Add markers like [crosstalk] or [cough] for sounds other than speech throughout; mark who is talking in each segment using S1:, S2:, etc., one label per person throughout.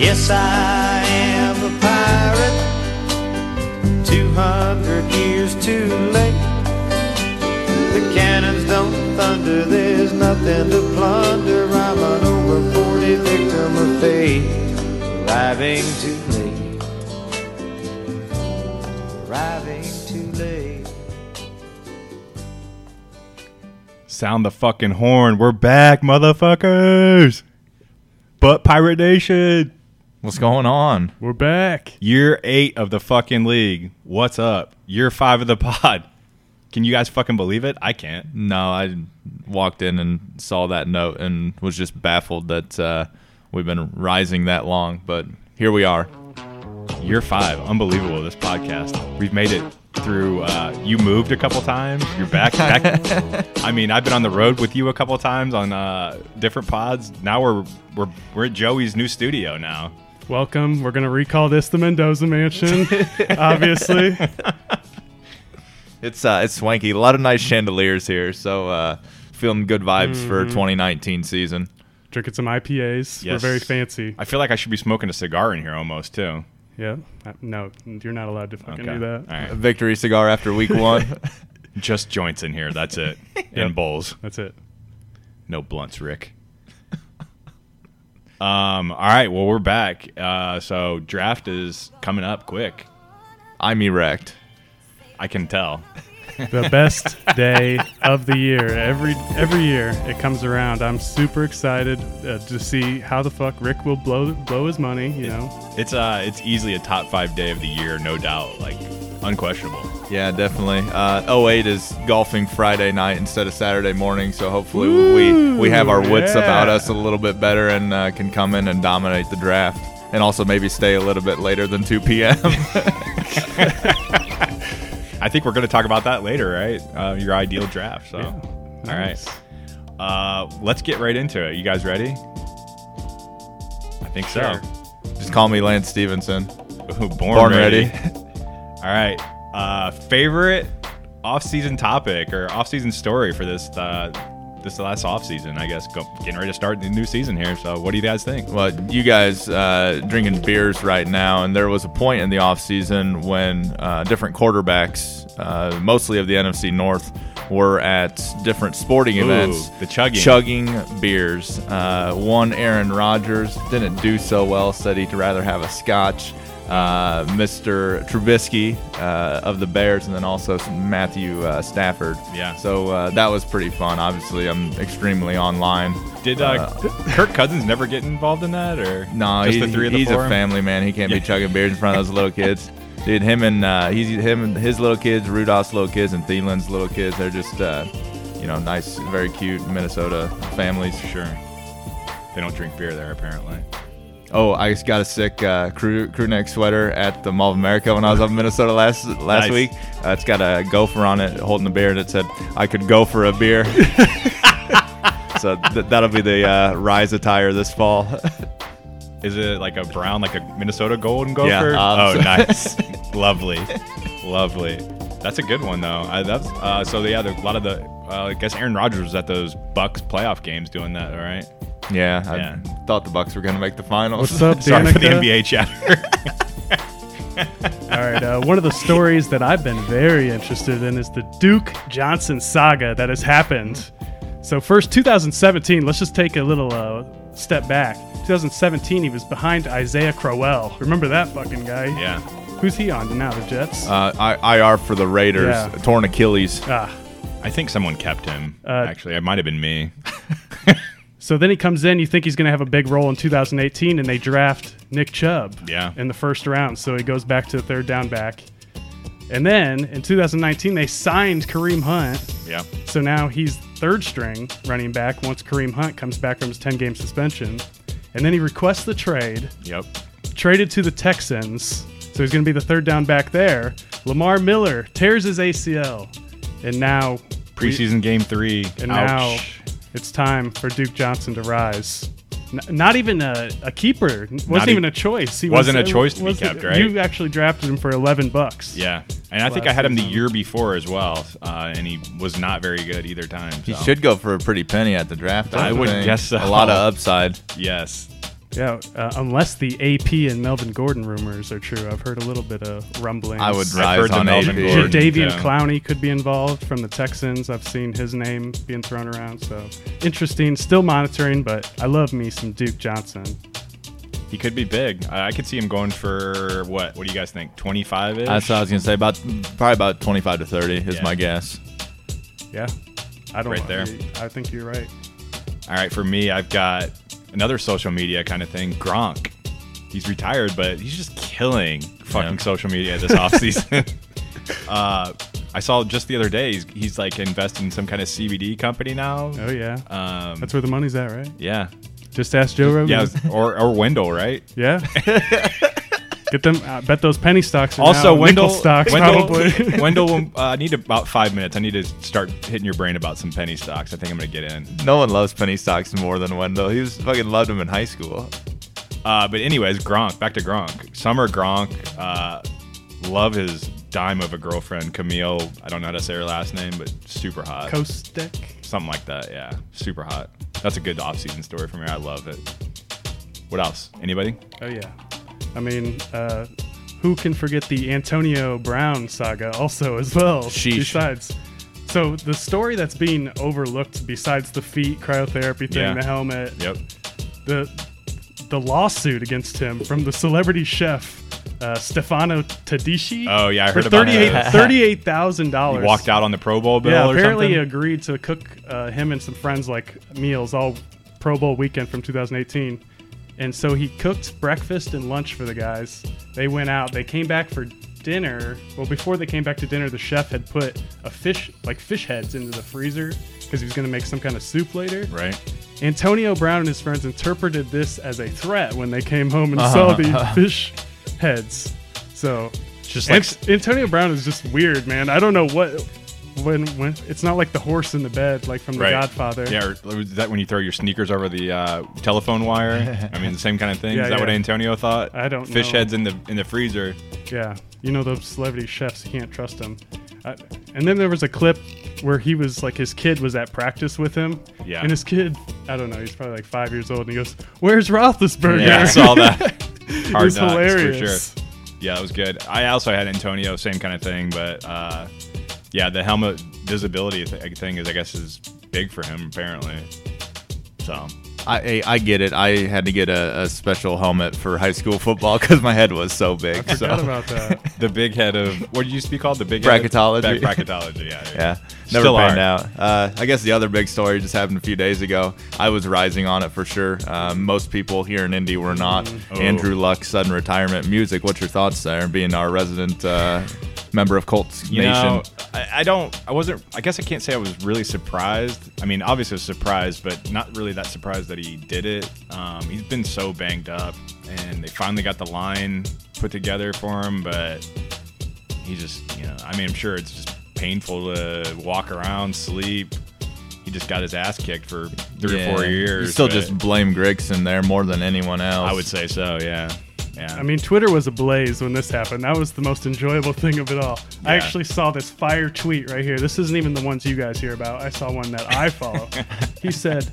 S1: Yes, I am a pirate, 200 years too late. The cannons don't thunder, there's nothing to plunder. I'm an over 40 victim of fate, arriving too late. Arriving too late.
S2: Sound the fucking horn. We're back, motherfuckers. But Pirate Nation,
S3: What's going on?
S4: We're back.
S2: year eight of the fucking league. What's up? Year five of the [laughs] pod. Can you guys fucking believe it? I can't.
S3: No, I walked in and saw that note and was just baffled that uh, we've been rising that long, but here we are.
S2: Year five. Unbelievable, this podcast. We've made it through. Uh, you moved a couple times. You're back.
S3: [laughs]
S2: back. I mean, I've been on the road with you a couple times on uh, different pods. Now we're, we're, we're at Joey's new studio now.
S4: Welcome. We're gonna recall this the Mendoza
S2: [laughs]
S4: Mansion, obviously.
S3: It's uh, it's swanky. A lot of nice chandeliers here, so uh, feeling good vibes for
S4: Mm-hmm.
S3: 2019 season.
S4: Drinking some IPAs. We're
S2: Yes.
S4: very fancy.
S2: I feel like I should be smoking a cigar in here almost, too.
S4: Yeah. Uh, No, you're not allowed to fucking do that.
S2: All right.
S3: Victory cigar after week one.
S2: [laughs] Just joints in here. That's
S3: [laughs]
S2: it. And
S4: Yep.
S2: bowls.
S4: That's it.
S2: No blunts, Rick. [laughs] um. All right. Well, we're back. Uh. So draft is coming up quick.
S3: I'm erect.
S2: I can tell.
S4: The best day of the year. Every every year it comes around. I'm super excited uh, to see how the fuck Rick will blow blow his money. You know,
S2: It's uh. It's easily a top five day of the year, no doubt. Like unquestionable.
S3: Yeah, definitely. Uh, 08 is golfing Friday night instead of Saturday morning, so hopefully we we have our wits
S2: yeah.
S3: about us a little bit better and uh, can come in and dominate the draft, and also maybe stay a little bit later than 2 p.m.
S2: I think we're going to talk about that later, right? Uh, your ideal draft. So, all right.
S4: Nice.
S2: Uh, let's get right into it. You guys ready? I think so.
S3: [laughs] Just call me Lance Stevenson.
S2: Ooh, [laughs] born,
S3: Born
S2: ready. [laughs]
S3: ready.
S2: All right. Uh, favorite off-season topic or off-season story for this uh, this last off-season? I guess go, getting ready to start the new season here. So, what do you guys think?
S3: Well, you guys uh, drinking beers right now, and there was a point in the offseason when uh, different quarterbacks, uh, mostly of the NFC North, were at different sporting
S2: Ooh,
S3: events.
S2: the chugging.
S3: Chugging beers. Uh, one, Aaron Rodgers, didn't do so well, said he'd rather have a scotch. Uh, Mr. Trubisky uh, of the Bears, and then also Matthew uh, Stafford.
S2: Yeah.
S3: So uh, that was pretty fun. Obviously, I'm extremely online.
S2: Did uh, Kirk Cousins never get involved in that, or
S3: No,
S2: just
S3: he-
S2: the three of the
S3: he's
S2: four?
S3: a family man. He can't
S2: Yeah.
S3: be chugging beers in front of those
S2: [laughs]
S3: little kids. Dude, him and uh, he's him and his little kids, Rudolph's little kids, and Thielen's little kids. They're just uh, you know nice, very cute Minnesota families.
S2: Sure. They don't drink beer there, apparently.
S3: Oh, I just got a sick uh, crew crew neck sweater at the Mall of America when I was up in Minnesota last last
S2: Nice.
S3: week. Uh, it's got a gopher on it holding a beer that said, "I could go for
S2: [laughs]
S3: a beer." so th- that'll be the uh, rise attire this fall. [laughs]
S2: Is it like a brown, like a Minnesota Golden Gopher?
S3: um,
S2: oh, nice,
S3: [laughs]
S2: lovely, lovely. That's a good one though. I, that's uh, so yeah. there- A lot of the uh, I guess Aaron Rodgers was at those Bucks playoff games doing that. All right.
S3: yeah, I
S2: Yeah.
S3: thought the Bucks were gonna make the finals.
S4: What's
S3: [laughs]
S4: up,
S2: Sorry for the
S4: Danica?
S2: NBA chatter.
S4: All right. Uh, one of the stories that I've been very interested in is the Duke Johnson saga that has happened. So, first, 2017, let's just take a little uh, step back. 2017, he was behind Isaiah Crowell. Remember that fucking guy?
S2: yeah.
S4: Who's he on now? The Jets?
S3: Uh, I, IR for the Raiders,
S4: Yeah.
S3: torn Achilles.
S4: ah.
S2: I think someone kept him.
S4: Uh,
S2: Actually, it might have been me.
S4: So then he comes in, you think he's going to have a big role in 2018, and they draft Nick Chubb
S2: Yeah.
S4: in the first round. So he goes back to the third down back. And then in 2019, they signed Kareem Hunt.
S2: Yeah.
S4: So now he's third string running back once Kareem Hunt comes back from his 10 game suspension. And then he requests the trade,
S2: Yep.
S4: traded to the Texans. So he's going to be the third down back there. Lamar Miller tears his ACL. And now,
S2: Preseason game three.
S4: and
S2: Ouch.
S4: now it's time for Duke Johnson to rise. N- not even a, a keeper. N- Wasn't
S2: Not e-
S4: even a choice. He
S2: Wasn't
S4: was-
S2: a choice to be
S4: wasn't-
S2: kept, right?
S4: You actually drafted him for 11 bucks.
S2: Yeah. And I think I
S4: Last
S2: had him the
S4: season.
S2: year before as well, uh, and he was not very good either time.
S3: He
S2: so.
S3: should go for a pretty penny at the draft. I,
S2: I would
S3: think.
S2: guess so.
S3: A lot of upside.
S2: Yes.
S4: Yeah, uh, unless the AP and Melvin Gordon rumors are true, I've heard a little bit of rumblings.
S3: I would
S2: I've
S3: rise
S2: heard the
S3: on
S2: Melvin
S3: AP.
S2: Gordon.
S4: Jadavian
S2: Yeah.
S4: Clowney could be involved from the Texans. I've seen his name being thrown around. So interesting. Still monitoring, but I love me some Duke Johnson.
S2: He could be big. I I could see him going for what? What do you guys think? 25 ish?
S3: That's what I was gonna say. About probably about twenty-five to thirty is
S2: Yeah.
S3: my guess.
S4: Yeah, I don't.
S2: Right there.
S4: I think you're right.
S2: All right, for me, I've got another social media kind of thing. Gronk. He's retired, but he's just killing fucking
S3: Yeah.
S2: social media
S4: [laughs]
S2: this offseason. [laughs] uh, I saw just the other day he's, he's like investing in some kind of CBD company now.
S4: Oh yeah,
S2: Um,
S4: that's where the money's at, right?
S2: yeah,
S4: Just ask Joe Rogan.
S2: yeah, or or Wendell, right?
S4: Yeah.
S2: [laughs]
S4: Get them. I bet those penny stocks. Are
S2: Also,
S4: now
S2: Wendell
S4: nickel stocks
S2: Wendell, [laughs]
S4: probably. [laughs]
S2: Wendell, will- uh, I need about five minutes. I need to start hitting your brain about some penny stocks. I think I'm gonna get in.
S3: No one loves penny stocks more than Wendell. He was fucking loved him in high school.
S2: Uh, but anyways, Gronk. Back to Gronk. Summer Gronk. Uh, love his dime of a girlfriend, Camille. I don't know how to say her last name, but super hot.
S4: Kostek.
S2: Something like that. Yeah, super hot. That's a good off-season story from here. I love it. What else? Anybody?
S4: Oh yeah. I mean, uh, who can forget the Antonio Brown saga also as well?
S3: Sheesh.
S4: Besides, so the story that's being overlooked besides the feet cryotherapy thing,
S2: Yeah.
S4: the helmet,
S2: Yep.
S4: the the lawsuit against him from the celebrity chef. Uh, Stefano Tadishi.
S2: Oh, yeah, I heard
S4: for
S2: about that.
S4: thirty-eight thousand dollars.
S2: He walked out on the Pro Bowl bill
S4: Yeah,
S2: or
S4: apparently he
S2: something.
S4: agreed to cook uh, him and some friends like meals all Pro Bowl weekend from 2018. And so he cooked breakfast and lunch for the guys. They went out. They came back for dinner. Well, before they came back to dinner, the chef had put a fish, like fish heads, into the freezer because he was going to make some kind of soup later.
S2: right.
S4: Antonio Brown and his friends interpreted this as a threat when they came home and
S2: Uh-huh.
S4: saw the fish heads. So,
S2: Just like
S4: Ant- Antonio Brown is just weird, man. I don't know what when when it's not like the horse in the bed, like from The
S2: Right.
S4: Godfather.
S2: Yeah, or was that when you throw your sneakers over the uh, telephone wire? I mean, the same kind of thing.
S4: [laughs] Yeah,
S2: Is that what
S4: yeah.
S2: Antonio thought?
S4: I don't
S2: Fish
S4: know.
S2: heads in the in the freezer.
S4: Yeah. You know those celebrity chefs, you can't trust them. Uh, and then there was a clip where he was like his kid was at practice with him.
S2: Yeah.
S4: And his kid, I don't know, he's probably like five years old, and he goes, "Where's Roethlisberger?"
S2: Yeah, I saw that.
S4: [laughs] it was
S2: Knocks,
S4: hilarious.
S2: For sure. Yeah, that was good. I also had Antonio, same kind of thing, but uh, yeah, the helmet visibility th- thing is, I guess, is big for him apparently. So
S3: I, I I get it. I had to get a, a special helmet for high school football because my head was so big.
S4: I
S3: so
S4: forgot about
S2: [laughs]
S4: that.
S2: the big head of what did you used to be called? The big head of-
S3: Bracketology.
S2: Back- bracketology. Yeah.
S3: yeah, never
S2: Still
S3: panned
S2: are.
S3: out. Uh, I guess the other big story just happened a few days ago. I was rising on it for sure. Um, most people here in Indy were not.
S2: Oh.
S3: Andrew Luck's sudden retirement. Music. What's your thoughts there? Being our resident uh, member of Colts
S2: You
S3: Nation.
S2: know, I, I don't. I wasn't. I guess I can't say I was really surprised. I mean, obviously I was surprised, but not really that surprised that he did it. Um, he's been so banged up, and they finally got the line put together for him. But he just, you know, I mean, I'm sure it's just painful to walk around, sleep. He just got his ass kicked for three
S3: Yeah.
S2: or four years.
S3: You still
S2: but
S3: just blame Gregson there more than anyone else.
S2: I would say so. Yeah. Yeah.
S4: I mean, Twitter was ablaze when this happened. That was the most enjoyable [laughs] thing of it all. I
S2: Yeah.
S4: actually saw this fire tweet right here. This isn't even the ones you guys hear about. I saw one that
S2: [laughs]
S4: I follow. he said,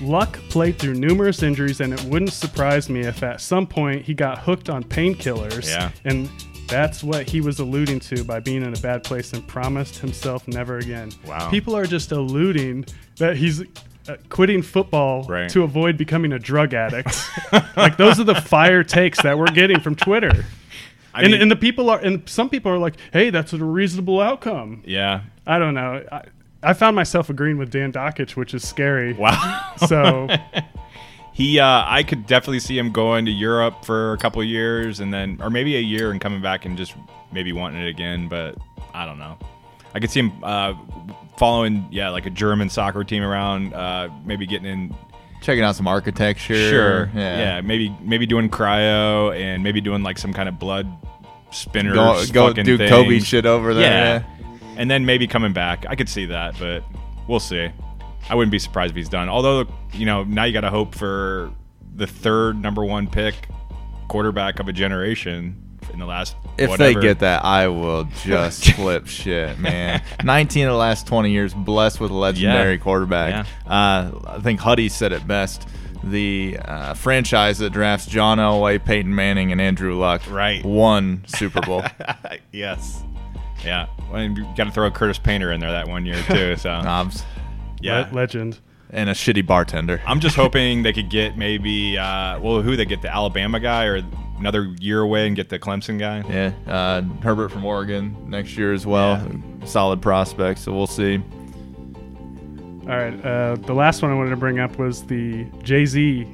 S4: Luck played through numerous injuries, and it wouldn't surprise me if at some point he got hooked on painkillers.
S2: Yeah.
S4: And that's what he was alluding to by being in a bad place and promised himself never again.
S2: Wow.
S4: People are just alluding that he's. Uh, quitting football
S2: Right.
S4: to avoid becoming a drug addict. [laughs] like those are the fire takes that we're getting from Twitter.
S2: I
S4: and,
S2: mean-
S4: and the people are and some people are like, "Hey, that's a reasonable outcome."
S2: yeah.
S3: [laughs]
S4: I don't know. I, I found myself agreeing with Dan Dockich, which is scary.
S2: Wow.
S4: So
S2: He, uh, I could definitely see him going to Europe for a couple of years and then, or maybe a year and coming back and just maybe wanting it again. But I don't know. I could see him uh, following, yeah, like a German soccer team around, uh, maybe getting in.
S3: checking out some architecture.
S2: Yeah. Maybe, maybe doing cryo and maybe doing like some kind of blood spinner.
S3: Go, go do Kobe shit over there.
S2: Yeah. And then maybe coming back. I could see that, but we'll see. I wouldn't be surprised if he's done. Although, you know, now you got to hope for the third number one pick quarterback of a generation in the last.
S3: If
S2: whatever.
S3: they get that, I will just
S2: [laughs]
S3: flip shit, man. 19 of the last 20 years, blessed with a legendary
S2: Yeah.
S3: quarterback. Uh, I think Huddy said it best. the uh, franchise that drafts John Elway, Peyton Manning, and Andrew Luck.
S2: Right.
S3: One
S2: [laughs]
S3: Super Bowl.
S2: yes. Yeah. Well, and you got to throw Curtis Painter in there that one year too.
S3: [laughs]
S2: So
S3: Knobs.
S2: [laughs] yeah.
S4: Le- legend.
S3: And a shitty bartender.
S2: I'm just hoping they could get maybe uh, well who they get the Alabama guy or another year away and get the Clemson guy.
S3: Yeah. Uh, Herbert from Oregon next year as well. Solid prospect, so we'll see.
S4: All right. Uh, the last one I wanted to bring up was the Jay Z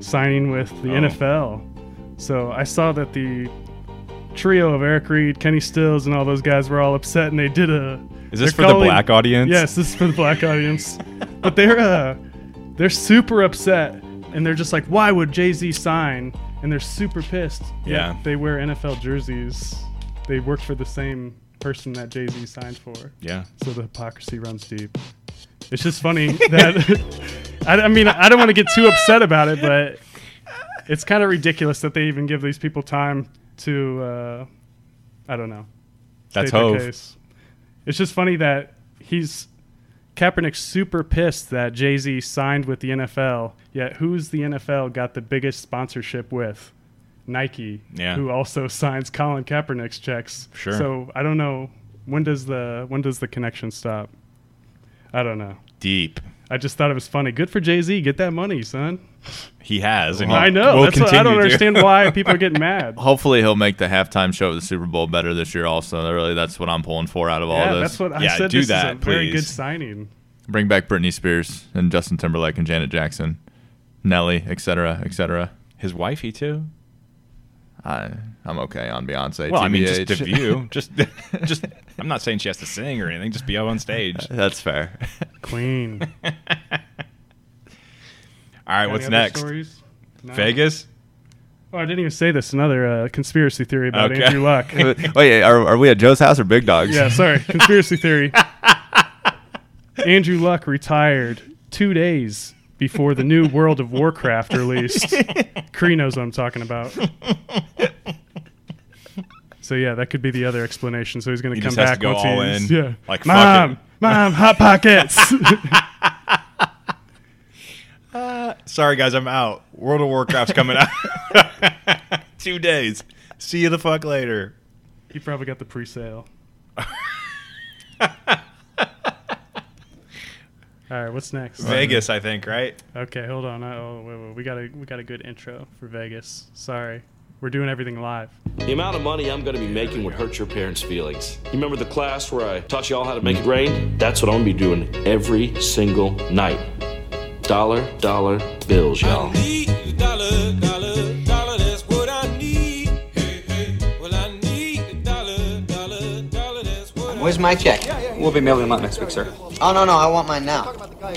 S4: signing with
S2: Oh.
S4: the NFL. So I saw that the trio of Eric Reed, Kenny Stills, and all those guys were all upset, and they did a.
S2: Is this
S4: they're
S2: for the black audience?
S4: Yes, this is for the black
S2: [laughs]
S4: audience. but they're uh, they're super upset, and they're just like, "Why would Jay Z sign?" And they're super pissed. Yet
S2: Yeah.
S4: They wear NFL jerseys. They work for the same person that Jay Z signed for.
S2: Yeah.
S4: So the hypocrisy runs deep. It's just funny [laughs] that I, I mean I don't want to get too upset about it, but it's kind of ridiculous that they even give these people time to uh, I don't know.
S2: That's
S4: state their
S2: Hove.
S4: case. It's just funny that he's Kaepernick's super pissed that Jay Z signed with the NFL. Yet who's the NFL got the biggest sponsorship with? Nike,
S2: Yeah.
S4: who also [laughs] signs Colin Kaepernick's checks.
S2: Sure.
S4: So I don't know when does the when does the connection stop? I don't know.
S2: Deep.
S4: I just thought it was funny. Good for Jay Z. Get that money, son.
S2: He has. And
S4: I
S2: he
S4: know.
S2: will
S4: That's what, I
S2: continue
S4: don't
S2: to. [laughs]
S4: understand why people are getting mad.
S3: Hopefully he'll make the halftime show of the Super Bowl better this year. Also, really, that's what I'm pulling for out of all
S4: yeah,
S3: this.
S4: that's what I
S2: Yeah,
S4: said.
S2: do
S4: this is a
S2: that,
S4: very good
S2: please.
S4: signing.
S3: Bring back Britney Spears and Justin Timberlake and Janet Jackson, Nelly, etc., etc.
S2: His wifey too.
S3: I I'm okay on Beyonce.
S2: Well, I mean,
S3: TBH.
S2: just to [laughs] view,
S3: [laughs]
S2: just, just. I'm not saying she has to sing or anything. Just be on stage. [laughs] All
S3: That's fair.
S2: [laughs]
S4: Queen.
S2: right,
S4: Any
S2: what's
S4: other
S2: next?
S4: stories? No.
S2: Vegas.
S4: Oh, I didn't even say this. Another uh, conspiracy theory about
S2: Okay. [laughs]
S4: Andrew Luck.
S3: Wait, are, are we at Joe's house or Big Dog's?
S4: yeah, sorry. Conspiracy theory. Andrew Luck retired two days before the new World of Warcraft released. Cree knows what I'm talking about. So yeah, that could be the other explanation. So he's going
S2: He
S4: to come
S2: just has to
S4: back
S2: go
S4: once
S2: all
S4: he's
S2: in,
S4: yeah.
S2: like, fuck
S4: mom,
S2: it."
S4: mom, hot pockets. [laughs]
S2: Sorry guys, I'm out. World of Warcraft's coming out. [laughs] Two days. See you the fuck later.
S4: he probably got the pre-sale.
S2: [laughs]
S4: All right, what's next?
S2: Vegas, I think, right?
S4: Okay, hold on. Oh, wait, wait. We got a we got a good intro for Vegas. Sorry, we're doing everything live.
S5: The amount of money I'm going to be making would hurt your parents' feelings. You remember the class where I taught you all how to make it rain? That's what I'm going to be doing every single night. Dollar, dollar bills, y'all.
S6: need a dollar, dollar, dollar. That's what I need. Hey, hey. Well, I need a dollar, dollar, dollar. That's what I
S7: Where's my check? We'll be mailing them out next week, sir.
S8: Oh, no, no, I want mine now.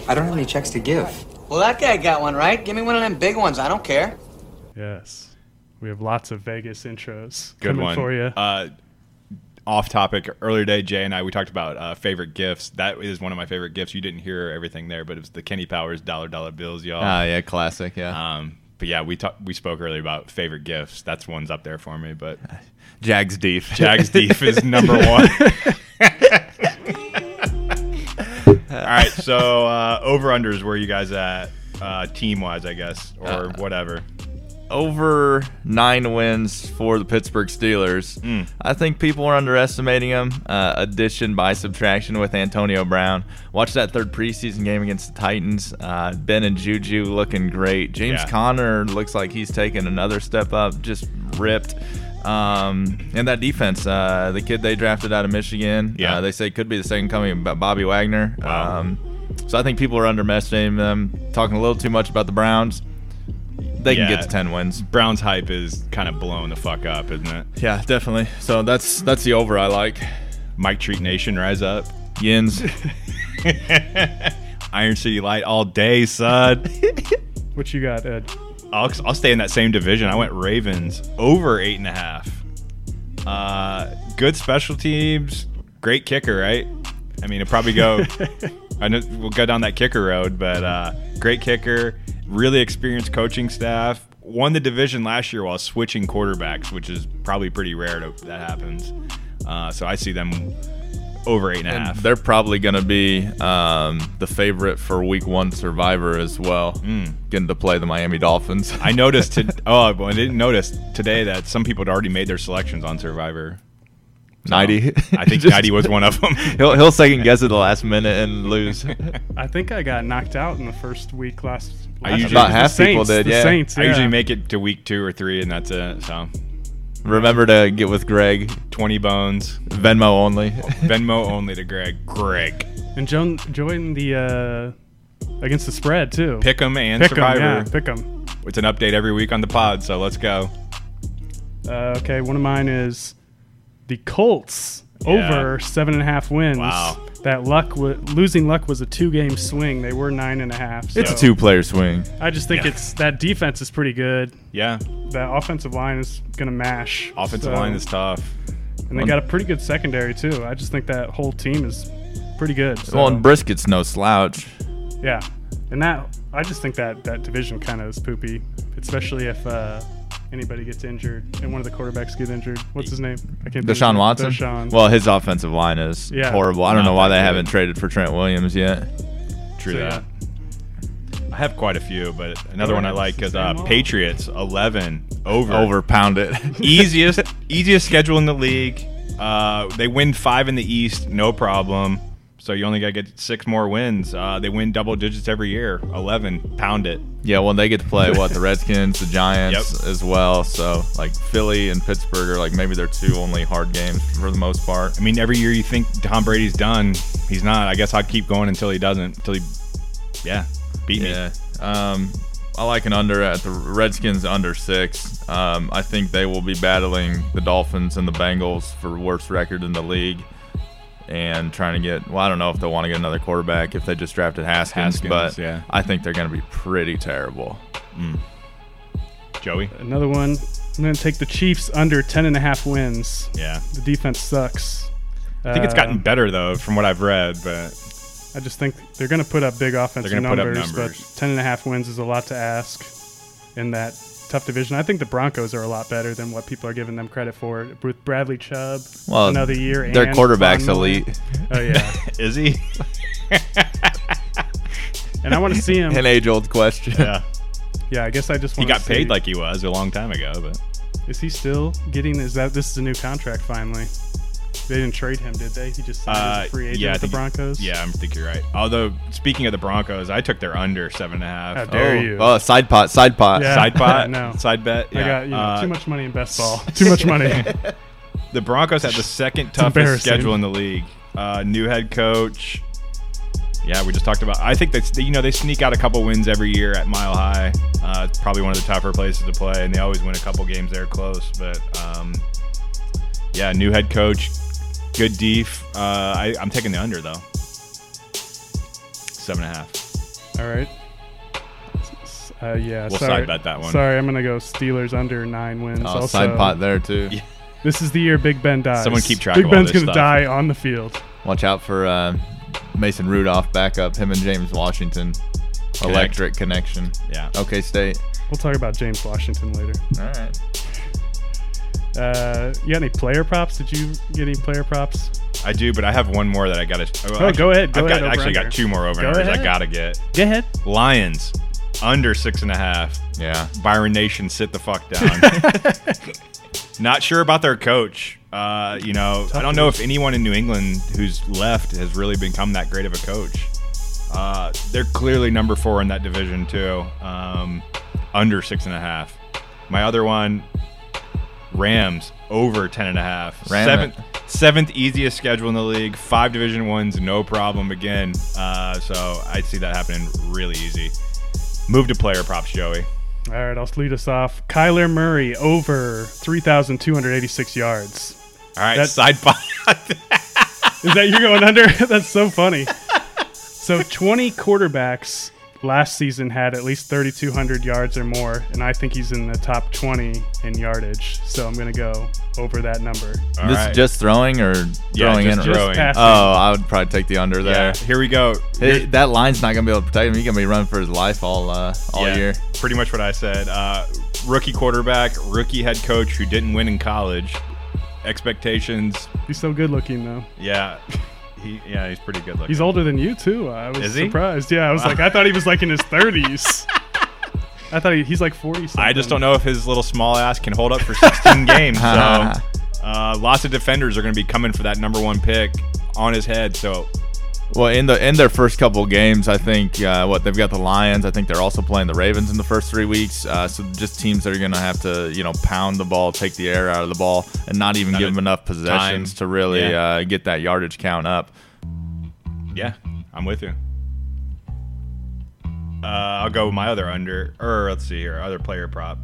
S7: I don't have any checks to give.
S8: Well, that guy got one, right? Give me one of them big ones. I don't care.
S4: Yes, we have lots of Vegas intros
S2: Good
S4: coming
S2: one
S4: for you.
S2: Uh, off topic. Earlier today, Jay and I we talked about uh, favorite gifts. That is one of my favorite gifts. You didn't hear everything there, but it was the Kenny Powers dollar dollar bills, y'all.
S3: [laughs] Ah, yeah, classic. Yeah.
S2: um, but yeah, we talked. We spoke earlier about favorite gifts. That's one's up there for me. But
S3: Jags Deep.
S2: Jags Deep is
S3: [laughs]
S2: number one. All right, so uh, over unders, where you guys at uh, team wise, I guess, or whatever.
S3: over nine wins for the Pittsburgh Steelers.
S2: Mm.
S3: I think people are underestimating him. Uh, addition by subtraction with Antonio Brown. Watch that third preseason game against the Titans. Uh, ben and Juju looking great. James
S2: Yeah.
S3: Conner looks like he's taking another step up, just ripped. Um, and that defense, uh, the kid they drafted out of Michigan,
S2: Yeah.
S3: uh, they say could be the second coming of Bobby Wagner.
S2: Wow.
S3: Um, so I think people are underestimating them, talking a little too much about the Browns. They can
S2: Yeah.
S3: get to 10 wins.
S2: Brown's hype is kind of blown the fuck up, isn't it?
S3: Yeah, definitely. So that's that's the over I like.
S2: Mike Treat Nation, rise up. [laughs]
S3: Yins.
S2: Iron City Light all day, son.
S4: what you got, Ed? [laughs]
S2: I'll, I'll stay in that same division. I went Ravens over eight and a half. Uh, good special teams, great kicker, right? I mean, it'll probably
S3: [laughs]
S2: go. I know we'll go down that kicker road, but uh, great kicker, really experienced coaching staff. Won the division last year while switching quarterbacks, which is probably pretty rare to, that happens. Uh, so I see them over eight and a
S3: And
S2: half.
S3: they're probably going to be um, the favorite for Week One Survivor as well. Getting to play the Miami Dolphins.
S2: Hmm. I noticed.
S3: [laughs]
S2: To, [laughs] oh, well, I didn't notice today that some people had already made their selections on Survivor.
S3: Nighty.
S2: I think
S3: [laughs] Just-
S2: Natty was one of them.
S3: He'll he'll second guess at the last minute
S2: [laughs]
S3: and lose.
S4: I think I got knocked out in the first week last.
S2: I
S4: last
S2: usually-
S4: year.
S2: About
S4: The
S3: half people
S4: Saints,
S3: did,
S4: the
S3: yeah.
S4: Saints,
S2: I usually
S4: yeah.
S2: make it to week two or three, and that's it. So
S3: Remember to get with Greg.
S2: twenty bones, Oh,
S3: Venmo only.
S2: Venmo only to Greg. Greg,
S4: and join join the uh, against the spread too.
S2: pick 'em and
S4: pick 'em,
S2: Survivor.
S4: yeah, pick 'em.
S2: It's an update every week on the pod. So let's go.
S4: Uh, okay, one of mine is the Colts
S2: Yeah.
S4: over seven and a half wins.
S2: Wow.
S4: That luck, w- losing luck, was a two-game swing. They were nine and a half. So
S3: It's a two-player swing.
S4: I just think
S2: Yeah.
S4: it's that defense is pretty good.
S2: Yeah,
S4: That offensive line is gonna mash.
S2: offensive
S4: So-
S2: line is tough.
S4: and they got a pretty good secondary too. I just think that whole team is pretty good. So,
S3: Well, and Brisket's no slouch.
S4: yeah, and that I just think that that division kind of is poopy, especially if. Uh, Anybody gets injured, and one of the quarterbacks get injured. What's his name? I can't. think of
S3: Deshaun
S4: his-
S3: Watson.
S4: Deshaun.
S3: Well, his offensive line is
S4: Yeah.
S3: horrible. I don't
S2: Not
S3: know why
S2: that
S3: they
S2: good.
S3: haven't traded for Trent Williams yet.
S2: True
S4: So,
S2: that.
S4: yeah.
S2: I have quite a few, but another
S4: Yeah,
S2: one I
S4: it's
S2: like
S4: the
S2: is uh,
S4: same old.
S2: Patriots eleven over
S3: Overpound it.
S2: [laughs] easiest easiest schedule in the league. Uh, they win five in the East, no problem. So you only got to get six more wins. Uh, they win double digits every year. Eleven, pound it.
S3: yeah, well, they get to play what the Redskins, the Giants
S2: Yep.
S3: as well. So like Philly and Pittsburgh are like maybe their two only hard games for the most part.
S2: I mean, every year you think Tom Brady's done, he's not. I guess I'd keep going until he doesn't. Until he, yeah, beat me.
S3: Yeah. Um, I like an under at the Redskins under six. Um, I think they will be battling the Dolphins and the Bengals for worst record in the league, and trying to get. Well, I don't know if they want to get another quarterback if they just drafted Haskins,
S2: Haskins,
S3: but
S2: yeah.
S3: I think they're going to be pretty terrible.
S2: Joey.
S4: Another one. I'm going to take the Chiefs under 10 and a half wins.
S2: Yeah,
S4: The defense sucks.
S2: I think it's
S4: Uh,
S2: gotten better though, from what I've read. But
S4: I just think they're going to put up big offensive
S2: They're gonna put up
S4: numbers,
S2: numbers.
S4: but 10 and a half wins is a lot to ask in that tough division. I think the Broncos are a lot better than what people are giving them credit for. With Bradley Chubb,
S3: Well,
S4: another year.
S3: their
S4: and
S3: quarterback's
S4: Von Miller.
S3: elite.
S4: Oh, yeah.
S2: [laughs] is he?
S4: and I want to see him.
S3: [laughs] An age-old question.
S2: yeah,
S4: Yeah, I guess I just
S2: he
S4: want
S2: got paid like he was a long time ago. But
S4: Is he still getting. Is that. This is a new contract finally. They didn't trade him, did they? He just signed as
S2: Uh,
S4: a free agent
S2: yeah, I
S4: with the
S2: think-
S4: Broncos?
S2: yeah, I think you're right. Although speaking of the Broncos, I took their under seven and a half.
S4: How dare
S3: [laughs]
S4: you.
S3: Oh, side pot, side pot.
S4: Yeah.
S2: side pot,
S4: No.
S2: side bet. Yeah.
S4: I got you know,
S2: Uh,
S4: too much money in
S2: [laughs]
S4: best ball. Too much money.
S2: The Broncos had the second toughest
S4: embarrassing.
S2: schedule in the league. Uh, new head coach. Yeah, we just talked about. I think that's you know they sneak out a couple wins every year at Mile High. Uh, it's probably one of the tougher places to play, and they always win a couple games there close. But um, yeah, new head coach, good def. Uh, I, I'm taking the under though. Seven and a half.
S4: [laughs] All right. S- Uh, yeah.
S2: We'll
S4: sorry.
S2: side bet that one.
S4: Sorry, I'm gonna go Steelers under nine wins.
S3: Oh,
S4: also,
S3: side pot there too.
S4: This is the year Big Ben dies.
S2: Someone keep track
S4: Big
S2: of all
S4: Ben's
S2: this stuff.
S4: gonna die on the field.
S3: Watch out for uh, Mason Rudolph backup. Him and James Washington. Electric connection.
S2: Yeah.
S3: Okay, State.
S4: We'll talk about James Washington later.
S3: All right.
S4: Uh, you got any player props? Did you get any player props?
S2: I do, but I have one more that I got to.
S4: Oh, go ahead, go
S2: I've
S4: ahead,
S2: got, actually
S4: over-under.
S2: got two more over
S4: Go
S2: unders I
S4: ahead.
S2: gotta get.
S4: Go ahead.
S2: Lions under six and a half.
S3: Yeah.
S2: Byron Nation, sit the fuck down. Not sure about their coach. Uh, you know, I don't know if anyone in New England who's left has really become that great of a coach. Uh, they're clearly number four in that division too, um, under six and a half. My other one, Rams over ten and a half.
S3: Ram
S2: seventh, seventh easiest schedule in the league. Five division ones, no problem again. Uh, so I see that happening really easy. Move to player props, Joey.
S4: All right, I'll lead us off. Kyler Murray over 3,286 yards.
S2: All right,
S4: That's-
S2: side pot. [laughs]
S4: Is that you're going under? [laughs] That's so funny. So 20 quarterbacks last season had at least 3,200 yards or more, and I think he's in the top 20 in yardage. So I'm going to go over that number.
S2: All
S3: this
S2: right.
S3: just throwing or
S2: Yeah,
S3: throwing
S2: just
S3: in?
S2: throwing.
S4: Pass.
S3: Oh, I would probably take the under
S2: Yeah,
S3: there.
S2: here we go.
S3: Hey, that line's not gonna be able to protect him. He's gonna be running for his life all uh, all
S2: Yeah,
S3: year.
S2: Pretty much what I said. Uh, rookie quarterback, rookie head coach who didn't win in college. Expectations,
S4: He's so good looking, though.
S2: yeah. [laughs] He, yeah, he's pretty good looking.
S4: He's older than you too. I was
S2: Is he?
S4: surprised. Yeah, I was like, I thought he was like in his thirties. I thought he, he's like forty. Something.
S2: I just don't know if his little small ass can hold up for
S3: [laughs]
S2: 16 games. So, uh, lots of defenders are going to be coming for that number one pick on his head. So,
S3: Well, in the in their first couple games, I think uh, what they've got the Lions. I think they're also playing the Ravens in the first three weeks. Uh, so just teams that are going to have to you know pound the ball, take the air out of the ball, and not even give
S2: a
S3: them enough possessions
S2: time.
S3: to really
S2: Yeah.
S3: uh, get that yardage count up.
S2: yeah, I'm with you. Uh, I'll go with my other under, or let's see here, other player prop.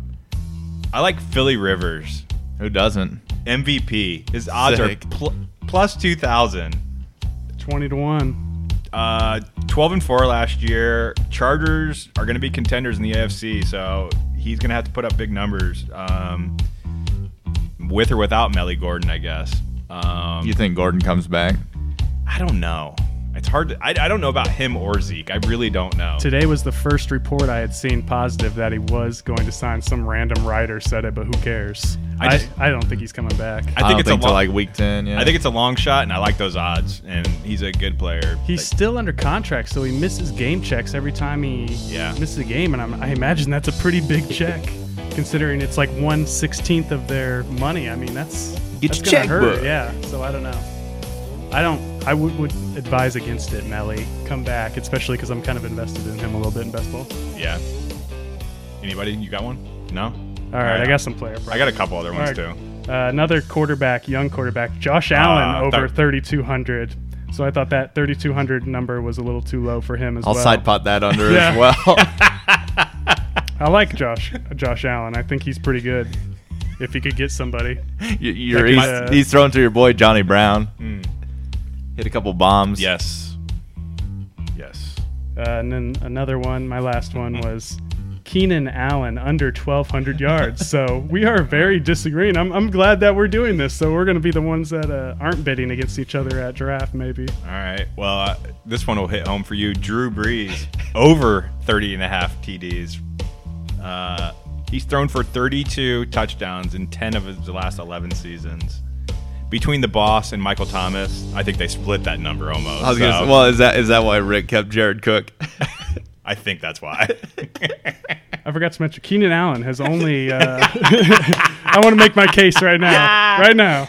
S2: I like Philly Rivers
S3: Who doesn't?
S2: MVP. His odds
S3: Sick.
S2: are pl- plus 2,000.
S4: Twenty to one.
S2: Uh, 12 and 4 last year. Chargers are going to be contenders in the AFC, so he's going to have to put up big numbers um, with or without Melly Gordon, I guess. Um,
S3: You think Gordon comes back?
S2: I don't know. It's hard to. I, I don't know about him or Zeke. I really don't know.
S4: Today was the first report I had seen positive that he was going to sign. Some random writer said it, but who cares?
S2: I
S4: I,
S2: just-
S4: I, don't think he's coming back.
S2: I
S3: I
S2: think
S3: don't
S2: it's a
S3: think till
S2: long,
S3: like week ten. Yeah,
S2: I think it's a long shot, and I like those odds. And he's a good player.
S4: He's still under contract, so he misses game checks every time he
S2: Yeah.
S4: misses a game, and I'm, I imagine that's a pretty big check, considering it's like one sixteenth of their money. I mean, that's
S3: Get
S4: that's
S3: your
S4: gonna hurt.
S3: checkbook.
S4: Yeah. So I don't know. I don't. I would, would advise against it, Melly. Come back, especially because I'm kind of invested in him a little bit in best ball. All
S2: yeah. Anybody? You got one? No.
S4: right, I got some player.
S2: I got a couple other ones
S4: All right.
S2: too.
S4: Uh, another quarterback, young quarterback, Josh Allen,
S2: Ah,
S4: over
S2: thir-
S4: 3,200. So I thought that 3,200 number was a little too low for him as
S3: I'll
S4: well.
S3: side pot
S2: [laughs]
S3: that under
S4: Yeah.
S3: as well. [laughs]
S4: I like Josh Josh Allen. I think he's pretty good. If he could get somebody,
S3: You- You're,
S4: Like
S3: he's,
S4: my-
S2: uh,
S3: he's thrown to your boy Johnny Brown. Hit a couple bombs.
S2: Mm. Yes. Yes.
S4: uh, and then another one. My last one was Keenan Allen under 1,200 yards. So we are very disagreeing. I'm, I'm glad that we're doing this. So we're going to be the ones that uh, aren't bidding against each other at draft, maybe.
S2: All right. Well, uh, this one will hit home for you. Drew Brees, [laughs] over 30 and a half TDs. Uh, he's thrown for 32 touchdowns in 10 of his last 11 seasons. Between the boss and Michael Thomas, I think they split that number almost.
S3: I was gonna
S2: so
S3: say, well, is that is that why Rick kept Jared Cook?
S2: [laughs] I think that's why. [laughs]
S4: I forgot to mention Keenan Allen has only. Uh, [laughs] I want to make my case right now. Right now,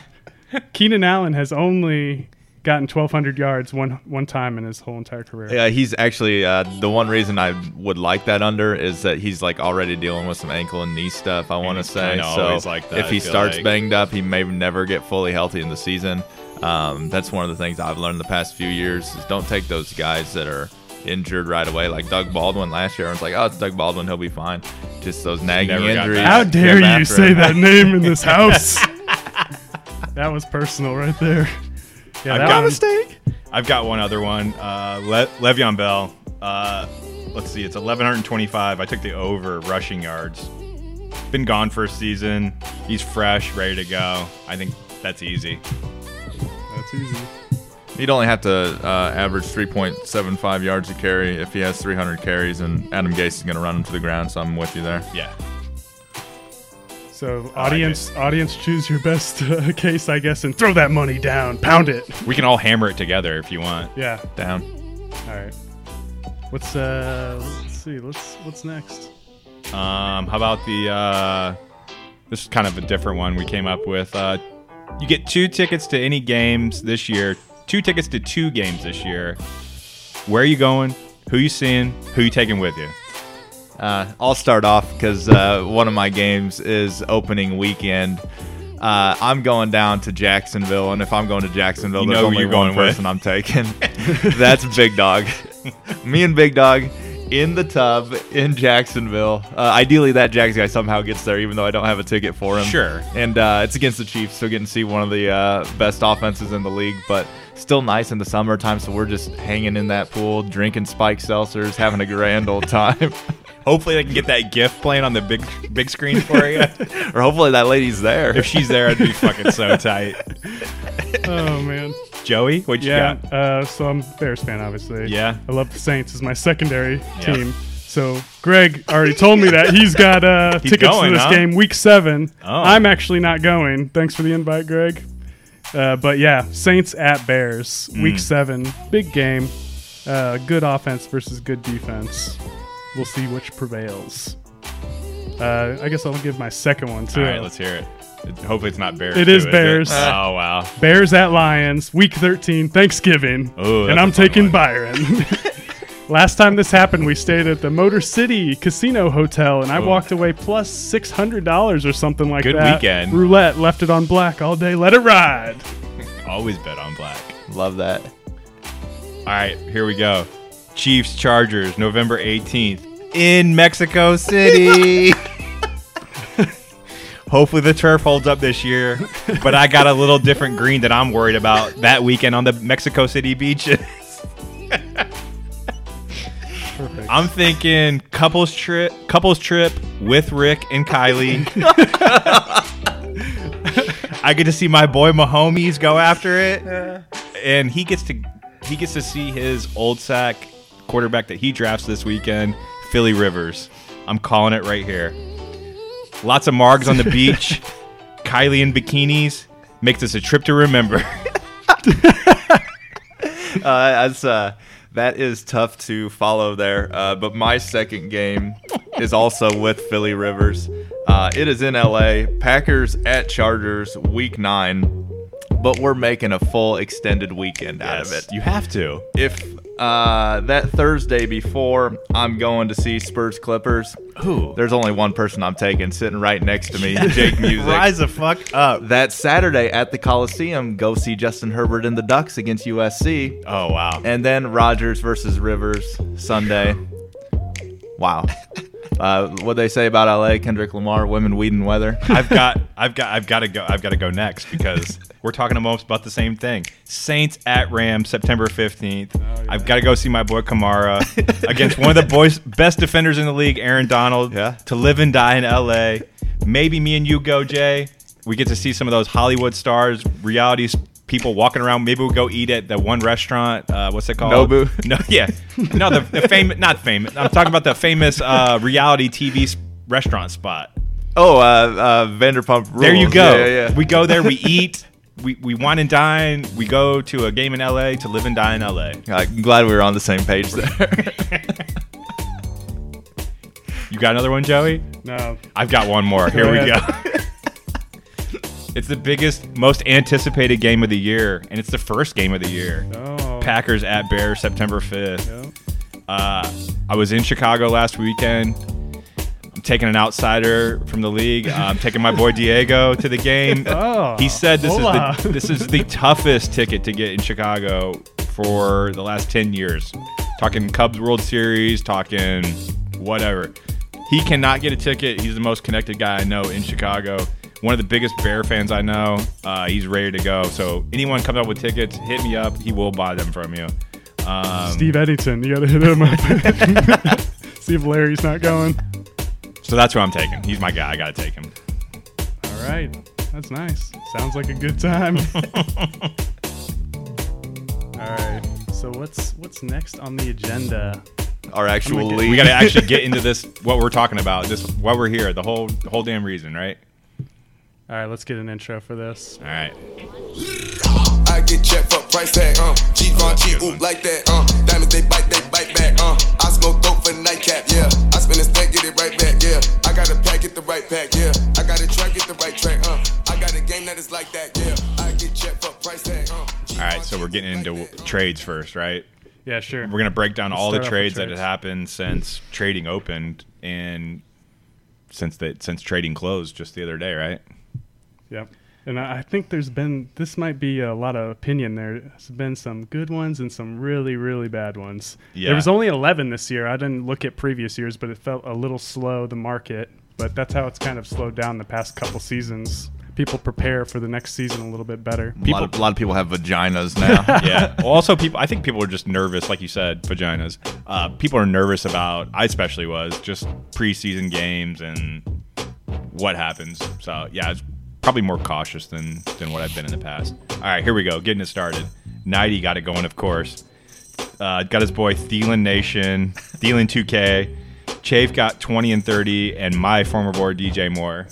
S4: Keenan Allen has only gotten 1,200 yards one one time in his whole entire career.
S3: Yeah, he's actually uh, the one reason I would like that under is that he's like already dealing with some ankle and knee stuff. I want to
S2: he's
S3: say
S2: kinda
S3: so.
S2: always like that,
S3: if
S2: I
S3: he
S2: feel
S3: starts
S2: like.
S3: banged up, he may never get fully healthy in the season. Um, that's one of the things I've learned the past few years is don't take those guys that are injured right away. Like Doug Baldwin last year, I was like, oh, it's Doug Baldwin, he'll be fine. Just those nagging
S2: Never got
S3: injuries.
S2: back.
S4: How
S2: Come
S4: dare you
S3: after
S4: say
S3: him.
S4: that name in this house? that was personal right there. Yeah,
S2: I've
S4: that
S2: got
S4: one-
S2: mistake. I've got one other one. Uh, Le- Le'Veon Bell. Uh, let's see. It's 1125. I took the over rushing yards. Been gone for a season. He's fresh, ready to go. I think that's easy.
S4: That's easy.
S3: He'd only have to uh, average 3.75 yards a carry if he has 300 carries, and Adam Gase is going to run him to the ground. So I'm with you there.
S2: Yeah.
S4: So audience, audience, choose your best uh, [laughs] case, I guess, and throw that money down, pound it.
S2: We can all hammer it together if you want.
S4: Yeah.
S3: Down.
S4: All right. What's uh? Let's see. Let's what's next?
S2: Um, how about the? Uh, this is kind of a different one we came up with. Uh, you get two tickets to any games this year. Two tickets to two games this year. Where are you going? Who you seeing? Who you taking with you?
S3: Uh, I'll start off because uh, one of my games is opening weekend. Uh, I'm going down to Jacksonville, and if I'm going to Jacksonville,
S2: You
S3: there's
S2: know who
S3: only
S2: you're
S3: one
S2: going with.
S3: person I'm taking. [laughs] That's Big Dog. Me and Big Dog in the tub in Jacksonville. Uh, ideally, that Jags guy somehow gets there, even though I don't have a ticket for him.
S2: Sure.
S3: And uh, it's against the Chiefs, so getting to see one of the uh, best offenses in the league, but still nice in the summertime. So we're just hanging in that pool, drinking spike seltzers, having a grand old time. [laughs]
S2: Hopefully, they can get that GIF playing on the big big screen for you.
S3: [laughs] or hopefully that lady's there.
S2: if [laughs] she's there, I'd be fucking so tight.
S4: Oh man.
S2: Joey, what you
S4: Yeah.
S2: got?
S4: Uh, so I'm a Bears fan, obviously.
S2: Yeah.
S4: I love the Saints as my secondary
S2: Yeah.
S4: team. So Greg already told me that he's got uh,
S2: [laughs] He's
S4: tickets
S2: going,
S4: to this
S2: huh?
S4: game, week seven.
S2: Oh.
S4: I'm actually not going. Thanks for the invite, Greg. Uh, but yeah, Saints at Bears,
S2: Mm.
S4: Week Seven, big game. Uh, good offense versus good defense. We'll see which prevails. Uh, I guess I'll give my second one too.
S2: All right, let's hear it. It- Hopefully, it's not Bears.
S4: It
S2: too,
S4: is
S2: it?
S4: Bears.
S2: Oh wow.
S4: Bears at Lions, Week 13, Thanksgiving,
S2: Oh, that's
S4: and
S2: a
S4: I'm
S2: fun
S4: taking
S2: one.
S4: Byron. [laughs] Last time this happened, we stayed at the Motor City Casino Hotel, and I walked away plus six hundred dollars or something like
S2: Good
S4: that.
S2: weekend.
S4: Roulette left it on black all day. Let it ride.
S2: Always bet on black.
S3: Love that.
S2: All right, here we go. Chiefs Chargers, November 18th in Mexico City. [laughs] Hopefully the turf holds up this year, but I got a little different green that I'm worried about that weekend on the Mexico City beaches.
S4: Perfect.
S2: I'm thinking couples trip, couples trip with Rick and Kylie. [laughs] I get to see my boy Mahomes go after it, and he gets to he gets to see his old sack quarterback that he drafts this weekend, Philly Rivers. I'm calling it right here. Lots of margs on the beach. [laughs] Kylie in bikinis makes this a trip to remember. [laughs]
S3: uh, that's uh, that is tough to follow there. Uh, but my second game is also with Philly Rivers. Uh, it is in LA. Packers at Chargers, Week Nine. But we're making a full extended weekend out of it
S2: You have to.
S3: if uh, that Thursday before I'm going to see Spurs Clippers,
S2: Ooh.
S3: there's only one person I'm taking sitting right next
S2: [laughs]
S3: to me, Jake Music.
S2: Rise the fuck up.
S3: That Saturday at the Coliseum, go see Justin Herbert and the Ducks against USC,
S2: Oh wow.
S3: and then Rogers versus Rivers Sunday. [laughs] Wow. Uh, what they say about LA, Kendrick Lamar, women, weed, and weather.
S2: I've got, I've got, I've got to go. I've got to go next because we're talking almost about the same thing. Saints at Rams, September fifteenth.
S3: Oh,
S2: I've got to go see my boy
S3: [laughs]
S2: Kamara against one of the boys, best defenders in the league, Aaron Donald.
S3: Yeah.
S2: To live and die in L.A. Maybe me and you go, Jay. We get to see some of those Hollywood stars, reality s- people walking around. Maybe we'll go eat at the one restaurant. Uh, what's it called?
S3: Nobu.
S2: [laughs] No, yeah, no, the, the famous, not famous. I'm talking about the famous uh, reality TV s- restaurant spot.
S3: [laughs] Oh, uh, uh, Vanderpump Rules.
S2: There you go.
S3: Yeah, yeah, yeah.
S2: We go there, we eat, we, we wine and dine, we go to a game in LA to live and die in LA.
S3: I'm glad we were on the same page there. [laughs]
S2: You got another one, Joey?
S4: no,
S2: I've got one more. Here we go. [laughs] it's the biggest, most anticipated game of the year, and it's the first game of the year.
S4: oh,
S2: Packers at Bears, September 5th.
S4: yeah.
S2: Uh, I was in Chicago last weekend. I'm taking an outsider from the league. Uh, I'm taking my boy Diego to the game.
S4: Oh,
S2: he said this
S4: hola.
S2: is the, this is the toughest ticket to get in Chicago for the last 10 years. Talking Cubs World Series, talking whatever. He cannot get a ticket. He's the most connected guy I know in Chicago. One of the biggest Bear fans I know. Uh, he's ready to go. So anyone comes up with tickets, hit me up. He will buy them from you. Um,
S4: Steve Eddington, you gotta hit him up. [laughs] see if Larry's not going.
S2: So that's who I'm taking. He's my guy. I gotta take him.
S4: All right, that's nice. Sounds like a good time. All right. So what's what's next on the agenda?
S3: Our actual
S4: God.
S3: league.
S2: We gotta actually get into this. What we're talking about. This. Why we're here. The whole. The whole damn reason. Right.
S4: All right, let's get an intro for this.
S2: All right.
S9: I get checked for price tag, uh. G on G, oop like that, uh. Diamonds they bite, they bite back, uh. I smoke dope for nightcap, yeah. I spin a stack, get it right back, yeah. I got a pack, get the right pack, yeah. I got a track, get the right track, uh. I got a game that is like that, yeah. I get checked for price tag, uh.
S2: All right. So we're getting into trades first, right?
S4: Yeah, sure.
S2: We're gonna break down all the
S4: start off with
S2: trades that have
S4: trades.
S2: happened since trading opened and since that since trading closed just the other day, right?
S4: Yep. And I I think there's been this might be a lot of opinion. There's been some good ones and some really really bad ones.
S2: Yeah.
S4: There was only 11 this year. I didn't look at previous years, but it felt a little slow the market. But that's how it's kind of slowed down the past couple seasons. People prepare for the next season a little bit better.
S3: a, lot of, a lot of people have vaginas [laughs] now.
S2: yeah. Well, also, people. I think people are just nervous, like you said, vaginas. Uh, people are nervous about. I especially was just preseason games and what happens. So yeah, it's probably more cautious than than what I've been in the past. All right, here we go. Getting it started. Nighty got it going, of course. Uh, got his boy Thielen Nation, Thielen 2K. Chafe got 20 and 30, and my former boy DJ Moore.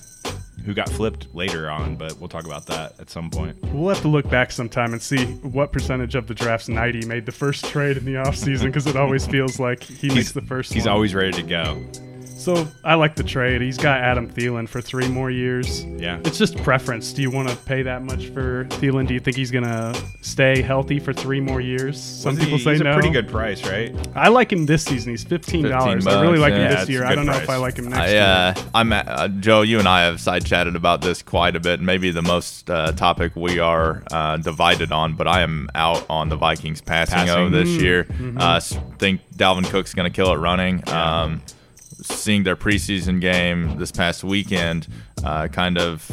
S2: who got flipped later on, but we'll talk about that at some point.
S4: We'll have to look back sometime and see what percentage of the draft's 90 made the first trade in the offseason because it always feels like he makes the first
S2: He's
S4: one.
S2: always ready to go.
S4: so I like the trade. He's got Adam Thielen for three more years.
S2: Yeah.
S4: It's just preference. Do you want to pay that much for Thielen? Do you think he's going to stay healthy for three more years? Some
S2: Was he-
S4: people say
S2: he's
S4: no.
S2: a pretty good price, right?
S4: I like him this season. He's $15. I really
S3: bucks,
S4: like
S3: yeah.
S4: him
S3: Yeah,
S4: this
S3: it's
S2: a
S4: year. I
S2: good
S4: don't know if
S2: price.
S4: I like him next
S3: I,
S4: year.
S3: uh, I'm at, uh, Joe. You and I have side chatted about this quite a bit, and maybe the most uh, topic we are uh, divided on. But I am out on the Vikings passing,
S2: Passing. Mm. Mm-hmm.
S3: O this year. Uh, s- think Dalvin Cook's going to kill it running. Um, seeing their preseason game this past weekend uh, kind of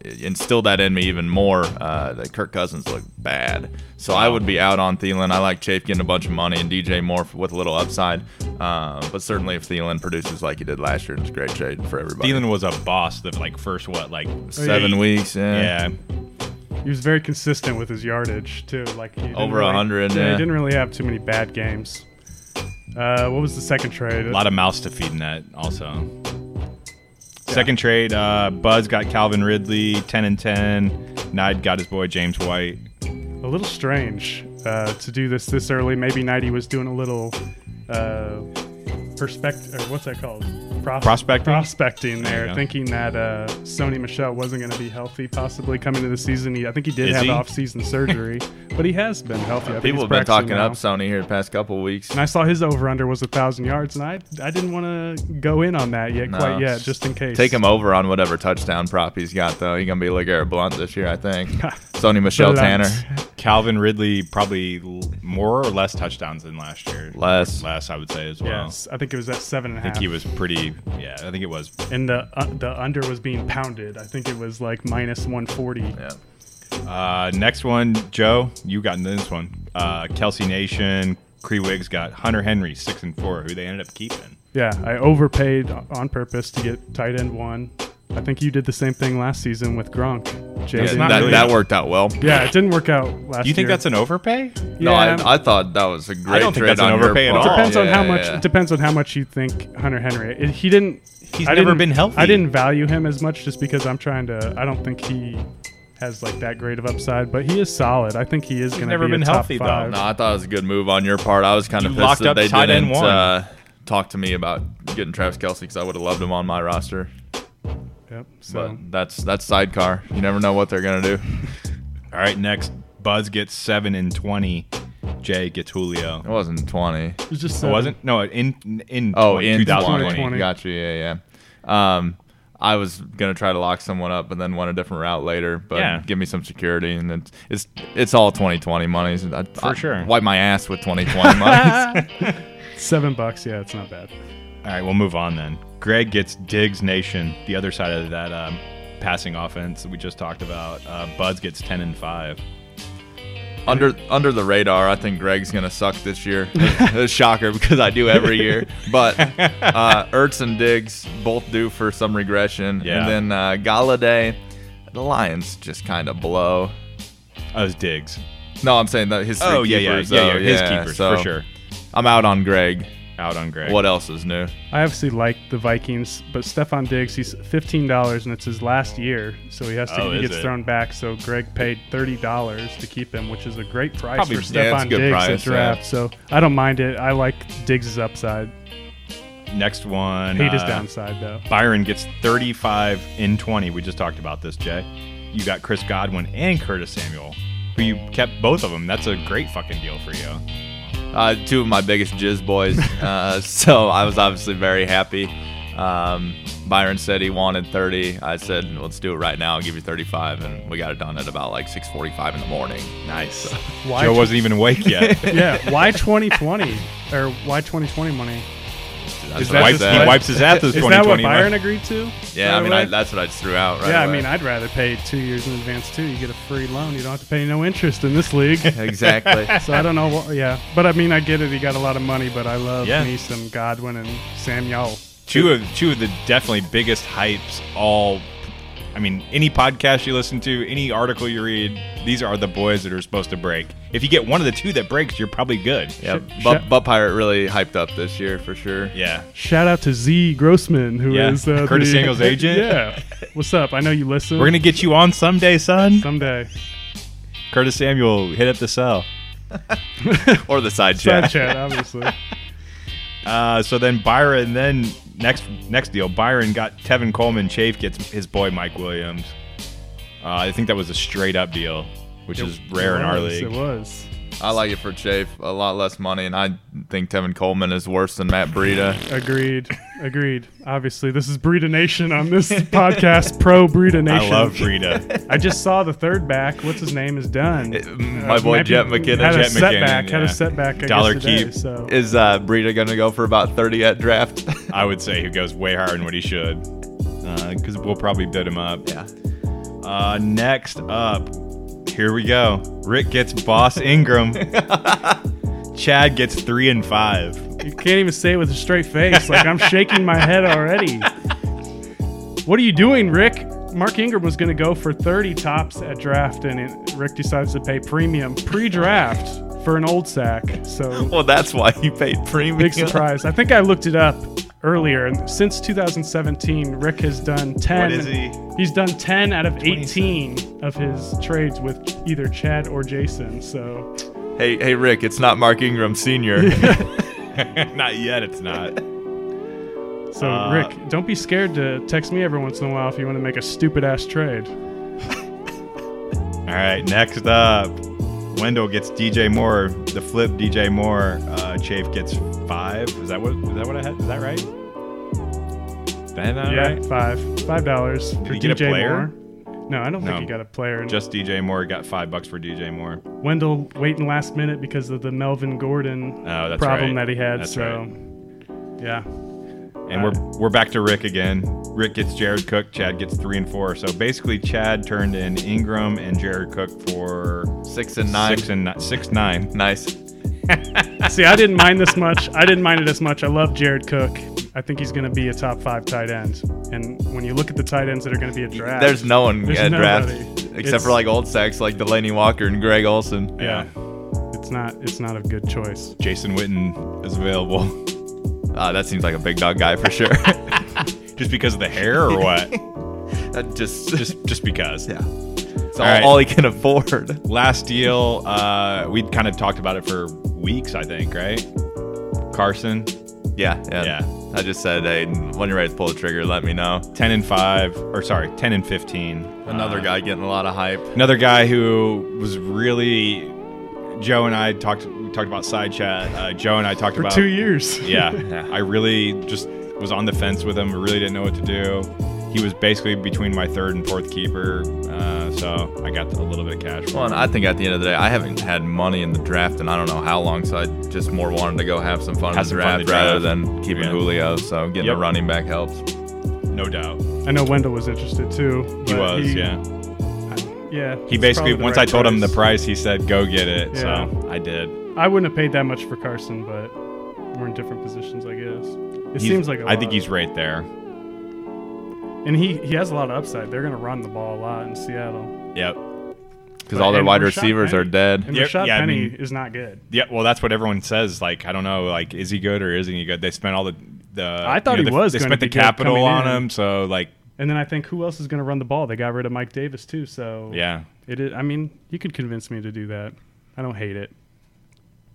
S3: instilled that in me even more uh, that Kirk Cousins looked bad. So I would be out on Thielen. I like Chafe getting a bunch of money and DJ Moore with a little upside. Uh, but certainly if Thielen produces like he did last year, it's a great trade for everybody.
S2: Thielen was a boss the like first what like
S3: seven
S2: eight-
S3: weeks.
S2: Yeah,
S4: He was very consistent with his yardage too. Like he didn't
S3: Over
S4: really-
S3: 100, yeah.
S4: He didn't really have too many bad games. Uh, what was the second trade?
S2: a lot of mouths to feed in that also. Second trade, uh, Buzz got Calvin Ridley, ten and ten. Nide got his boy James White.
S4: a little strange uh, to do this this early. Maybe Nighty was doing a little uh, perspective, or what's that called? Pros-
S2: Prospecting?
S4: Prospecting
S2: There
S4: there,
S2: you go.
S4: thinking that uh, Sony Michelle wasn't going to be healthy possibly coming into the season. He, I think he did
S2: Is
S4: have
S2: he?
S4: off-season surgery, but he has been healthy. I think
S3: People
S4: he's
S3: have been
S4: practicing
S3: talking
S4: now.
S3: up Sony here the past couple weeks.
S4: And I saw his over under was a thousand yards, and I I didn't want to go in on that yet,
S3: No.
S4: quite yet, just in case.
S3: Take him over on whatever touchdown prop he's got, though. He's going to be LeGarrette Blunt this year,
S4: [laughs]
S3: I think. Sony Michelle
S4: Blunt.
S3: Tanner.
S2: Calvin Ridley probably l- more or less touchdowns than last year.
S3: Less.
S2: less I would say as well.
S4: Yes, I think it was at seven and a
S2: I
S4: half.
S2: think he was pretty. Yeah, I think it was.
S4: and the uh, the under was being pounded. I think it was like minus one forty.
S3: Yeah.
S2: Uh, next one, Joe, you got into this one. Uh, Kelsey Nation, Creewigs got Hunter Henry, six and four, who they ended up keeping.
S4: Yeah, I overpaid on purpose to get tight end one. I think you did the same thing last season with Gronk. Jaden.
S3: Yeah,
S2: not
S3: that,
S2: really-
S3: that worked out well.
S4: yeah, it didn't work out last.
S2: Do you think
S4: year.
S2: that's an overpay?
S4: Yeah,
S3: No, I, I thought that was a great
S2: don't think
S3: trade
S2: that's an
S3: on your
S2: overpay at
S3: part.
S2: all.
S4: It depends on
S3: Yeah,
S4: how much.
S3: yeah.
S4: It depends on how much you think Hunter Henry. It, he didn't.
S2: He's
S4: I
S2: never
S4: didn't-
S2: been healthy.
S4: I didn't value him as much just because I'm trying to. I don't think he has like that great of upside, but he is solid. I think he is going to
S2: never
S4: be
S2: been
S4: a top
S2: healthy, though.
S4: five.
S3: No, I thought it was a good move on your part. I was kind of
S2: You
S3: pissed
S2: locked
S3: that
S2: up
S3: they
S2: tight end
S3: didn't
S2: one.
S3: uh, talk to me about getting Travis Kelsey because I would have loved him on my roster.
S4: Yep, so
S3: But that's that's sidecar. You never know what they're gonna do.
S2: All right, next, Buzz gets seven and twenty. Jay gets Julio.
S3: It wasn't twenty.
S4: it was just
S2: It
S4: uh,
S2: wasn't no in in
S3: Oh,
S2: 20
S3: in
S2: 2020.
S3: 2020. Gotcha. Yeah, yeah. Um, I was gonna try to lock someone up, but then went a different route later. But
S2: Yeah.
S3: give me some security, and it's it's, it's all 2020 money. So I,
S2: For
S3: I
S2: sure.
S3: Wipe my ass with
S2: [laughs]
S3: 2020 money. [laughs]
S4: seven bucks. Yeah, it's not bad.
S2: All right, we'll move on then. Greg gets Diggs Nation, the other side of that um, passing offense that we just talked about. Uh, Buzz gets ten and five.
S3: under under the radar, I think Greg's gonna suck this year. [laughs] It's a shocker because I do
S2: [laughs]
S3: every year. But uh, Ertz and Diggs both do for some regression,
S2: Yeah.
S3: and then uh, Galladay, the Lions just kind of blow.
S2: Oh, it was Diggs.
S3: No, I'm saying that his three
S2: Oh yeah, yeah,
S3: keepers,
S2: yeah,
S3: though,
S2: yeah, his
S3: yeah,
S2: keepers
S3: so
S2: for sure.
S3: I'm out on Greg.
S2: Out on Greg.
S3: What else is new?
S4: I obviously like the Vikings, but Stefan Diggs, he's fifteen dollars, and it's his last year, so he has to
S2: Oh,
S4: he
S2: is
S4: gets
S2: it?
S4: thrown back. So Greg paid thirty dollars to keep him, which is a great price for
S3: Probably- yeah, it's a
S4: Stefan
S3: good
S4: Diggs
S3: price,
S4: in draft.
S3: yeah.
S4: So I don't mind it. I like Diggs' upside.
S2: Next one.
S4: Hate his
S2: uh,
S4: downside though.
S2: Byron gets 35 in 20. We just talked about this, Jay. You got Chris Godwin and Curtis Samuel, who you kept both of them. That's a great fucking deal for you.
S3: Uh, two of my biggest jizz boys. Uh, so I was obviously very happy. Um, Byron said he wanted 30. I said, let's do it right now. I'll give you 35. And we got it done at about like 645 in the morning.
S2: Nice.
S4: Why
S2: Joe
S4: tw-
S2: wasn't even awake yet.
S4: [laughs] yeah, why twenty twenty or why twenty twenty money?
S3: That's
S2: His
S3: what I
S2: wipes-
S3: said.
S2: he wipes his ass this
S4: Is that what
S2: 2020.
S4: Byron
S2: man.
S4: agreed to?
S3: Yeah,
S4: by
S3: I
S4: the
S3: mean, I,
S4: way?
S3: that's what I threw out right
S4: yeah, I
S3: away. [laughs]
S4: mean, I'd rather pay two years in advance too. You get a free loan. You don't have to pay no interest in this league.
S3: [laughs] Exactly.
S4: So I don't know what, yeah. But I mean, I get it. He got a lot of money, but I love
S2: Yeah.
S4: me some Godwin and Samuel.
S2: Two of two of the definitely biggest hypes all I mean, any podcast you listen to, any article you read, these are the boys that are supposed to break. If you get one of the two that breaks, you're probably good.
S3: Yeah,
S4: Sh-
S3: Butt,
S4: sh-
S3: Butt Pirate really hyped up this year for sure.
S2: Yeah.
S4: Shout out to Z Grossman, who is
S2: Yeah,
S4: uh,
S2: Curtis
S4: the- [laughs]
S2: Samuel's agent.
S4: Yeah, what's up? I know you listen.
S2: We're going to get you on someday, son. [laughs]
S4: someday
S2: Curtis Samuel, hit up the cell.
S3: Or the side
S4: side
S3: chat.
S4: chat, obviously.
S2: Uh, so then Byron, then next next deal, Byron got Tevin Coleman. Chafe gets his boy Mike Williams. Uh, I think that was a straight up deal, which is rare in our
S4: It was, It
S2: league.
S4: was.
S3: I like it for Chafe. A lot less money, and I think Tevin Coleman is worse than Matt Breida.
S4: Agreed. Agreed. Obviously, this is Breeda Nation on this [laughs] podcast. Pro Breeda
S2: I
S4: Nation.
S2: love
S4: [laughs]
S2: Breida.
S4: I just saw the third back. What's his name is done.
S3: Mm, My boy Jet McKinnon.
S4: Uh, had a
S2: Uh, Jet McKinnon,
S4: setback. Had
S2: yeah.
S4: a setback. I
S2: Dollar
S4: guess, today,
S2: keep.
S4: So
S3: Is uh, Breida going to go for about 30 at draft? [laughs]
S2: I would say he goes way higher than what he should, because we'll probably bid him up.
S3: yeah.
S2: Uh, next up, here we go. Rick gets Boss Ingram. Chad gets three and five.
S4: you can't even say it with a straight face. Like I'm shaking my head already. What are you doing, Rick? Mark Ingram was going to go for 30 tops at draft, and it, Rick decides to pay premium pre-draft for an old sack. So
S3: Well, that's why he paid
S2: [laughs]
S3: premium.
S4: Big surprise. I think I looked it up earlier. And since 2017, Rick has done 10.
S2: What is he?
S4: He's done 10 out of 18 of his trades with either Chad or Jason. So
S3: Hey, hey, Rick, it's not Mark Ingram Sr. [laughs]
S2: not yet, it's not.
S4: so
S2: Uh,
S4: Rick, don't be scared to text me every once in a while if you want to make a stupid ass trade.
S2: All right, next up, Wendell gets DJ Moore. The flip DJ Moore. Uh, Chafe gets five. Is that what? Is that what I had? Is that right? Is that not
S4: yeah,
S2: right?
S4: five. Five dollars for
S2: he get a
S4: DJ
S2: player?
S4: Moore. No, I don't
S2: No.
S4: think he got a player. And
S2: Just DJ Moore got five bucks for DJ Moore.
S4: Wendell waiting last minute because of the Melvin Gordon
S2: Oh, that's
S4: problem
S2: right.
S4: that he had.
S2: That's
S4: so,
S2: right.
S4: yeah.
S2: And we're we're back to Rick again. Rick gets Jared Cook. Chad gets three and four. So basically, Chad turned in Ingram and Jared Cook for
S3: Six and nine.
S2: six and ni- six nine.
S3: nice.
S4: Uh, See, I didn't mind this much. I didn't mind it as much. I love Jared Cook. I think he's going to be a top five tight end. And when you look at the tight ends that are going to be a draft,
S3: There's no one
S4: There's
S3: at draft
S4: nobody.
S3: except
S4: It's-
S3: for like old sacks like Delaney Walker and Greg Olson.
S4: Yeah, it's not. It's not a good choice.
S2: Jason Witten is available [laughs]
S3: Uh, that seems like a big dog guy for sure. [laughs]
S2: just because of the hair or what?
S3: that just,
S2: just just because.
S3: yeah. It's all,
S2: All right.
S3: all he can afford. [laughs]
S2: Last deal, uh, we kind of talked about it for weeks, I think, right? Carson,
S3: Yeah, yeah.
S2: Yeah.
S3: I just said, hey, when you're ready to pull the trigger, let me know.
S2: 10 and 5, or sorry, 10 and 15.
S3: Another
S2: Uh,
S3: guy getting a lot of hype.
S2: Another guy who was really. Joe and I talked we talked about side chat. Uh, Joe and I talked
S4: For
S2: about.
S4: two years.
S2: Yeah,
S4: [laughs]
S2: I really just was on the fence with him. Really didn't know what to do. He was basically between my third and fourth keeper, uh, so I got a little bit of cash. for
S3: Well,
S2: him.
S3: and I think at the end of the day, I haven't had money in the draft and I don't know how long, so I just more wanted to go have some fun
S2: Have
S3: in the
S2: some fun in
S3: draft
S2: the
S3: rather
S2: draft.
S3: than keeping
S2: Yeah.
S3: Julio. So getting
S2: Yep.
S3: a running back helps.
S2: No doubt,
S4: I know Wendell was interested too.
S2: he
S4: but
S2: was. yeah,
S4: Yeah.
S2: he basically
S4: it's probably the
S2: once
S4: right
S2: I told him the price,
S4: price.
S2: he said, "Go get it."
S4: Yeah.
S2: So I did.
S4: I wouldn't have paid that much for Carson, but we're in different positions, I guess. It
S2: He's-
S4: seems like I
S2: I think he's right there.
S4: and he he has a lot of upside. They're going to run the ball a lot in Seattle.
S2: Yep.
S3: Because all their
S4: And
S3: wide
S4: Rashad
S3: receivers
S4: Penny-
S3: are dead.
S4: And
S2: Yeah,
S4: Rashad
S2: yeah, I
S4: Penny
S2: mean-
S4: is not good.
S2: Yeah. Well, that's what everyone says. Like, I don't know. Like, is he good or isn't he good? They spent all the the.
S4: I thought he
S2: they-
S4: was
S2: They
S4: gonna
S2: spent the
S4: be good
S2: capital
S4: coming
S2: on
S4: in.
S2: him, so like,
S4: And then I think who else is going to run the ball? They got rid of Mike Davis too, so
S2: yeah.
S4: It is. I mean, you could convince me to do that. I don't hate it.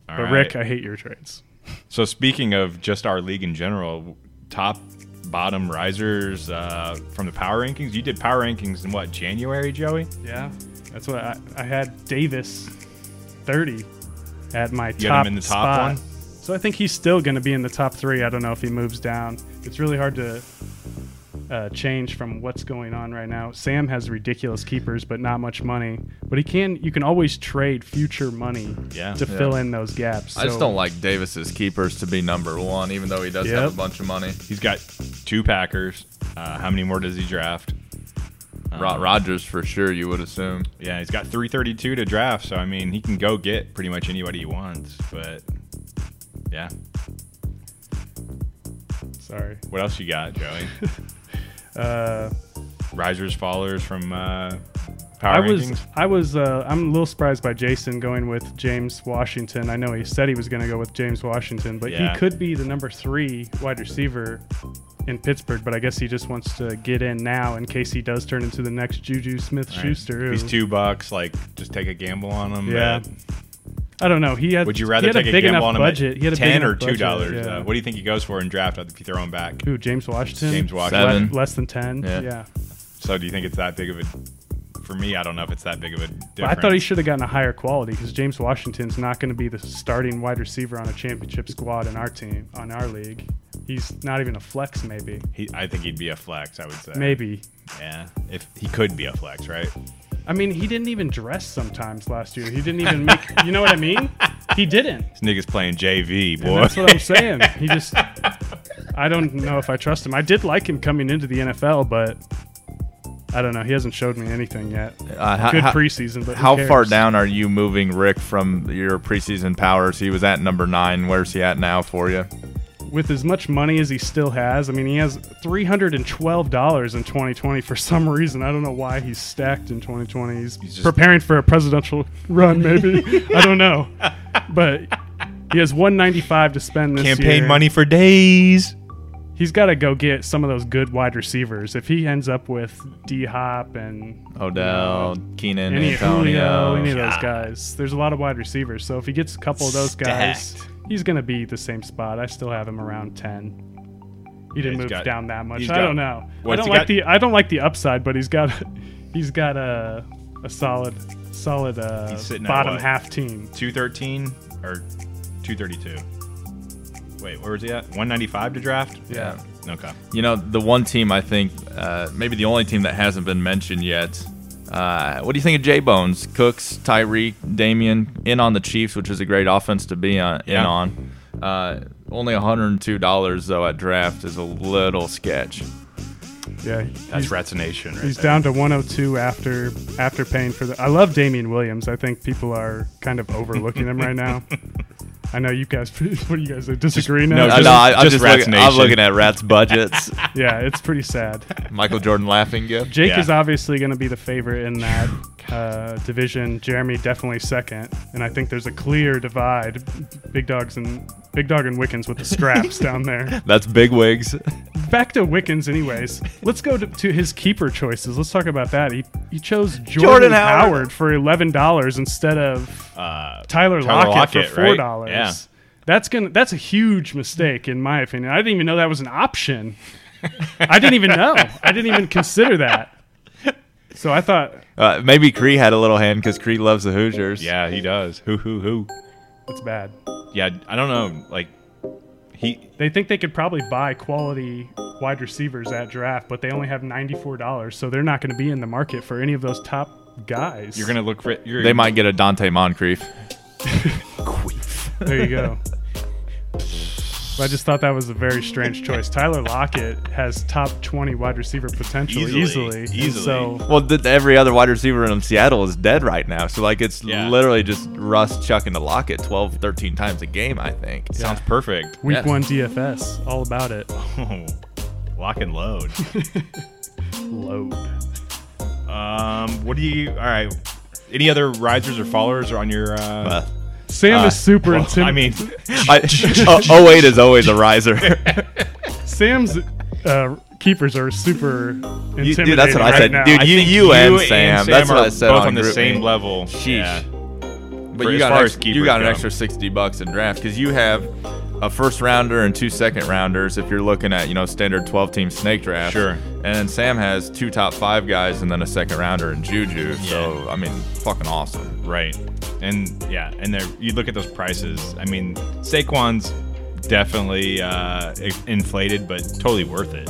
S2: All
S4: But
S2: right.
S4: Rick, I hate your trades.
S2: So speaking of just our league in general, top, bottom risers uh, from the power rankings. You did power rankings in what January, Joey?
S4: Yeah, that's what I, I had. Davis, thirty, at my
S2: You had him
S4: top
S2: in the top
S4: spot.
S2: one?
S4: So I think he's still going to be in the top three. I don't know if he moves down. It's really hard to uh, change from what's going on right now. Sam has ridiculous keepers, but not much money. But he can. You can always trade future money
S2: Yeah.
S4: to fill in those gaps.
S3: I just
S4: So-
S3: don't like Davis's keepers to be number one, even though he does have
S4: Yep.
S3: a bunch of money.
S2: He's got two Packers. Uh, how many more does he draft? Uh-huh.
S3: Rod Rodgers for sure, you would assume.
S2: Yeah, he's got 332 to draft, so I mean, he can go get pretty much anybody he wants. But yeah,
S4: Sorry. [laughs]
S2: what else you got, Joey?
S4: Uh,
S2: risers, fallers from uh, power
S4: I was,
S2: rankings?
S4: I was, uh, I'm a little surprised by Jason going with James Washington. I know he said he was going to go with James Washington, but
S2: Yeah.
S4: he could be the number three wide receiver in Pittsburgh. But I guess he just wants to get in now in case he does turn into the next Juju Smith Schuster.
S2: He's two bucks. Like, just take a gamble on him.
S4: Yeah.
S2: but
S4: I don't know. He had.
S2: Would you
S4: he
S2: rather
S4: had
S2: take
S4: a
S2: a,
S4: big
S2: gamble
S4: enough
S2: on him
S4: budget?
S2: at
S4: he had a big
S2: ten
S4: enough
S2: or two
S4: budget,
S2: dollars?
S4: yeah.
S2: Uh, what do you think he goes for in draft if you throw him back?
S4: Who, James Washington?
S2: James
S4: Le-
S2: Washington.
S3: Seven.
S4: Less than ten.
S3: Yeah.
S4: Yeah.
S2: So do you think it's that big of a? For me, I don't know if it's that big of a. Difference.
S4: But I thought he should have gotten a higher quality because James Washington's not going to be the starting wide receiver on a championship squad in our team, on our league. He's not even a flex, maybe.
S2: He- I think he'd be a flex. I would say.
S4: Maybe.
S2: Yeah. If he could be a flex, right?
S4: I mean, he didn't even dress sometimes last year. He didn't even make. [laughs] you know what I mean? He didn't.
S2: This nigga's playing JV,
S4: And
S2: boy.
S4: that's what I'm saying. He just. I don't know if I trust him. I did like him coming into the NFL, but I don't know. He hasn't showed me anything yet.
S3: Uh, how-
S4: Good
S3: how-
S4: preseason, but who
S3: How far
S4: cares?
S3: down are you moving Rick from your preseason powers? He was at number nine. Where's he at now for you?
S4: with as much money as he still has. I mean, he has three hundred and twelve dollars in twenty twenty for some reason. I don't know why he's stacked in twenty twenty. He's,
S2: just-
S4: preparing for a presidential [laughs]
S2: [laughs]
S4: run, maybe. I don't know, but he has one ninety five to spend this
S2: Campaign
S4: year.
S2: money for days.
S4: He's got to go get some of those good wide receivers. If he ends up with D Hop and
S3: Odell, Keenan,
S4: any
S3: Antonio.
S4: Julio, any of those guys, there's a lot of wide receivers. So if he gets a couple of those guys,
S2: Stacked.
S4: he's going to be the same spot. I still have him around ten. He didn't
S2: he's
S4: move
S2: got-
S4: down that much.
S2: he's
S4: I
S2: got-
S4: don't know. I
S2: what's
S4: don't
S2: he
S4: like
S2: got?
S4: the I don't like the upside, but he's got [laughs] he's got a a solid solid uh,
S2: He's sitting at
S4: bottom
S2: what?
S4: half team.
S2: Two thirteen or two thirty two. Wait, where was he at? One ninety five to draft.
S4: Yeah.
S2: Okay.
S3: You know, the one team I think, uh, maybe the only team that hasn't been mentioned yet. Uh, what do you think of J Bones, Cooks, Tyreek, Damian in on the Chiefs, which is a great offense to be on, in
S2: Yeah.
S3: on? Uh, only $102 though at draft is a little sketch.
S4: Yeah.
S2: That's
S4: he's-
S2: ratination. Right
S4: He's
S2: there.
S4: down to 102 after after paying for the. I love Damian Williams. I think people are kind of overlooking him
S2: [laughs]
S4: right now. I know you guys. [laughs] What do you guys disagree now?
S2: no,
S3: I
S2: just-
S3: know, I, I'm
S2: just
S3: just
S2: Rats
S3: looking, I'm
S2: Nation.
S3: looking at
S2: [laughs]
S3: Rats budgets.
S4: yeah, it's pretty sad.
S3: Michael Jordan laughing gift.
S4: Jake
S2: Yeah.
S4: is obviously going to be the favorite in that uh, division. Jeremy definitely second, and I think there's a clear divide. Big dogs and big dog and Wickens with the straps down there.
S3: That's big wigs.
S4: Back to Wickens, anyways. Let's go to, to his keeper choices. Let's talk about that. He he chose Jordan,
S3: Jordan Howard.
S4: Howard. for eleven dollars instead of
S2: Uh, Tyler
S4: Tyler, Lockett,
S2: Lockett,
S4: for
S2: right?
S4: four dollars.
S2: Yeah.
S4: That's gonna that's a huge mistake in my opinion. I didn't even know that was an option. I didn't even know. I didn't even consider that. So I thought
S3: Uh, maybe Cree had a little hand because Cree loves the Hoosiers.
S2: yeah, he does. Hoo hoo hoo.
S4: that's bad.
S2: Yeah, I don't know. Like he
S4: They think they could probably buy quality wide receivers at draft, but they only have ninety four dollars, so they're not gonna be in the market for any of those top guys.
S2: You're gonna look for you're,
S3: They might get a Dante Moncrief.
S4: There you go. But I just thought that was a very strange choice. Tyler Lockett has top 20 wide receiver potential
S2: Easily,
S4: easily. easily. and
S2: easily.
S4: So
S3: Well, th- every other wide receiver in Seattle is dead right now. So, like, it's
S2: Yeah.
S3: literally just Russ chucking to Lockett 12, 13 times a game, I think.
S2: sounds perfect. [laughs]
S4: week
S3: Yeah.
S4: one DFS, all about it.
S2: Lock and load.
S4: Load.
S2: um, what do you? All right. Any other risers or followers on your? Uh,
S3: Uh,
S4: Sam is super
S2: well,
S4: intimidated.
S2: I mean,
S3: [laughs] I, oh, 08 is always
S2: [laughs]
S3: a riser.
S4: Sam's uh, keepers are super intimidating.
S3: You- dude, that's what I
S4: right
S3: said.
S4: now.
S3: Dude,
S2: I
S3: you-
S2: think
S3: you and Sam. That's
S2: are
S3: what I said
S2: Both
S3: on
S2: on, the
S3: Group
S2: same
S3: Me.
S2: level.
S3: Sheesh.
S2: Yeah.
S3: but
S2: For-
S3: you
S2: as
S3: got,
S2: far
S3: an
S2: as
S3: extra, you
S2: keepers
S3: got an
S2: go.
S3: extra 60 bucks in draft because you have a first rounder and two second rounders if you're looking at, you know, standard 12 team snake draft.
S2: Sure.
S3: And then Sam has two top five guys and then a second rounder and Juju. So, I mean, fucking awesome.
S2: Right. And yeah, and there you look at those prices. I mean, Saquon's definitely uh, i- inflated, but totally worth it.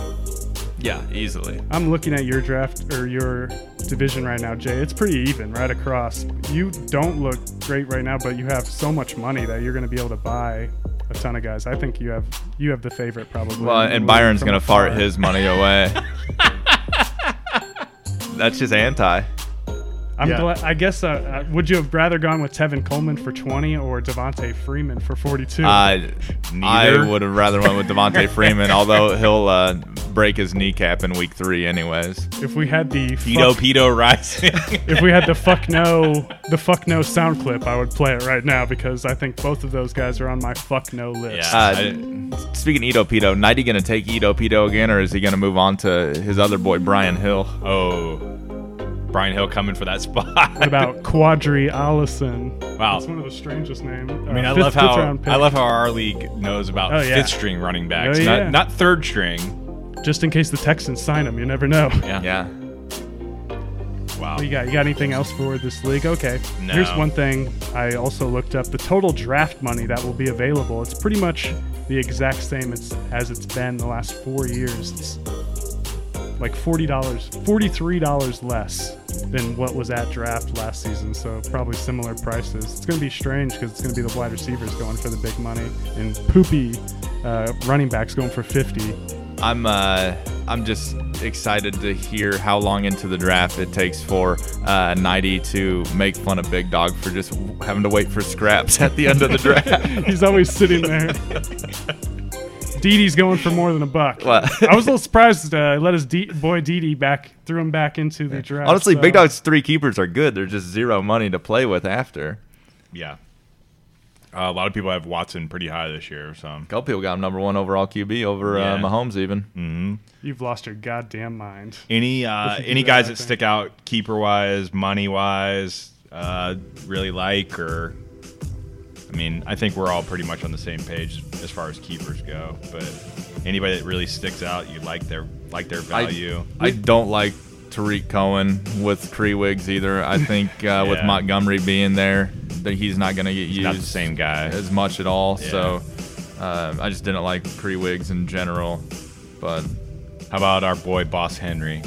S3: Yeah, easily.
S4: I'm looking at your draft or your division right now, Jay. It's pretty even right across. You don't look great right now, but you have so much money that you're going to be able to buy a ton of guys. I think you have you have the favorite probably.
S3: Well,
S4: You're
S3: and Byron's
S4: from
S3: gonna
S4: afar.
S3: fart
S2: [laughs] Uh,
S3: his money away. That's just anti.
S4: I'm
S10: Yeah.
S4: glad. I guess. Uh, uh, would you have rather gone with Tevin Coleman for 20 or Devontae Freeman for 42?
S3: I,
S2: Neither.
S3: I would have rather went
S2: [laughs]
S3: with Devontae Freeman, although he'll uh, break his kneecap in week three, anyways.
S4: if we had the
S2: Pedo
S4: fuck,
S2: pedo rising.
S3: [laughs]
S4: if we had the fuck no the fuck no sound clip, I would play it right now because I think both of those guys are on my fuck no list.
S2: [laughs]
S3: Uh,
S2: I-
S3: speaking of Ito Pito, Nighty going to take Ito Pito again, or is he going to move on to his other boy, Brian Hill?
S2: oh, Brian Hill coming for that spot. [laughs]
S4: What about Quadri Allison?
S2: Wow.
S4: That's one of the strangest names. Uh,
S2: I mean, I love how I love how our league knows about
S4: Oh, yeah.
S2: fifth string running backs,
S4: Oh,
S2: not,
S4: yeah.
S2: not third string.
S4: Just in case the Texans sign him, you never know.
S3: Yeah.
S2: Wow.
S4: What you got? You got anything else for this league? Okay.
S2: No.
S4: Here's one thing I also looked up: the total draft money that will be available. It's pretty much the exact same as, as it's been the last four years. It's like forty dollars, forty-three dollars less than what was at draft last season. So probably similar prices. It's going to be strange because it's going to be the wide receivers going for the big money and poopy uh, running backs going for fifty.
S3: I'm uh, I'm just excited to hear how long into the draft it takes for uh, Nighty to make fun of Big Dog for just having to wait for scraps [laughs] at the end of the draft.
S4: [laughs] He's always sitting there. Didi's going for more than a buck.
S3: What?
S4: I was a little surprised. Uh, let his D- boy Didi back, threw him back into the draft.
S3: Honestly,
S4: so-
S3: Big Dog's three keepers are good. They're just zero money to play with after.
S2: Yeah. Uh, a lot of people have Watson pretty high this year, so
S3: A couple people got him number one overall QB over
S2: Yeah.
S3: uh, Mahomes even.
S4: You've lost your goddamn mind.
S2: any uh,
S4: Listen to
S2: any
S4: that,
S2: guys
S4: I
S2: that
S4: think.
S2: stick out keeper wise, money wise, uh, really like or I mean, I think we're all pretty much on the same page as far as keepers go. But anybody that really sticks out, you like their like their value.
S3: I, I don't like Tariq Cohen with Creewigs either. I think uh, with
S2: Yeah.
S3: Montgomery being there, that he's not going to get used
S2: not the same guy.
S3: as much at all.
S2: Yeah.
S3: So um, I just didn't like Creewigs in general. But
S2: How about our boy Boss Henry?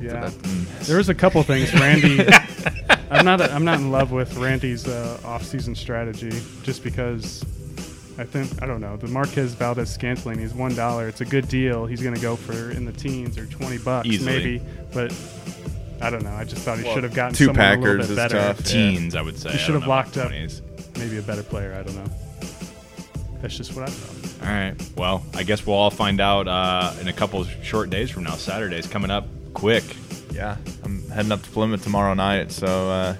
S4: Yeah, there was a couple things, Randy.
S3: [laughs]
S4: I'm not. I'm not in love with Randy's uh, off-season strategy, just because I think I don't know the Marquez Valdez Scantling. He's one dollar. It's a good deal. He's going to go for in the teens or twenty bucks
S2: Easily.
S4: maybe, but. I don't know. I just thought he should have gotten
S3: two
S4: someone a little
S3: Packers
S4: bit
S3: is
S4: better.
S3: tough.
S2: Teens, I would say. I
S4: You should
S2: don't
S4: have
S2: know about
S4: locked up
S2: 20s.
S4: maybe a better player. I don't know. That's just what I thought.
S2: All right. Well, I guess we'll all find out uh, in a couple of short days from now. Saturday's coming up quick.
S3: yeah, I'm heading up to Plymouth tomorrow night, so uh,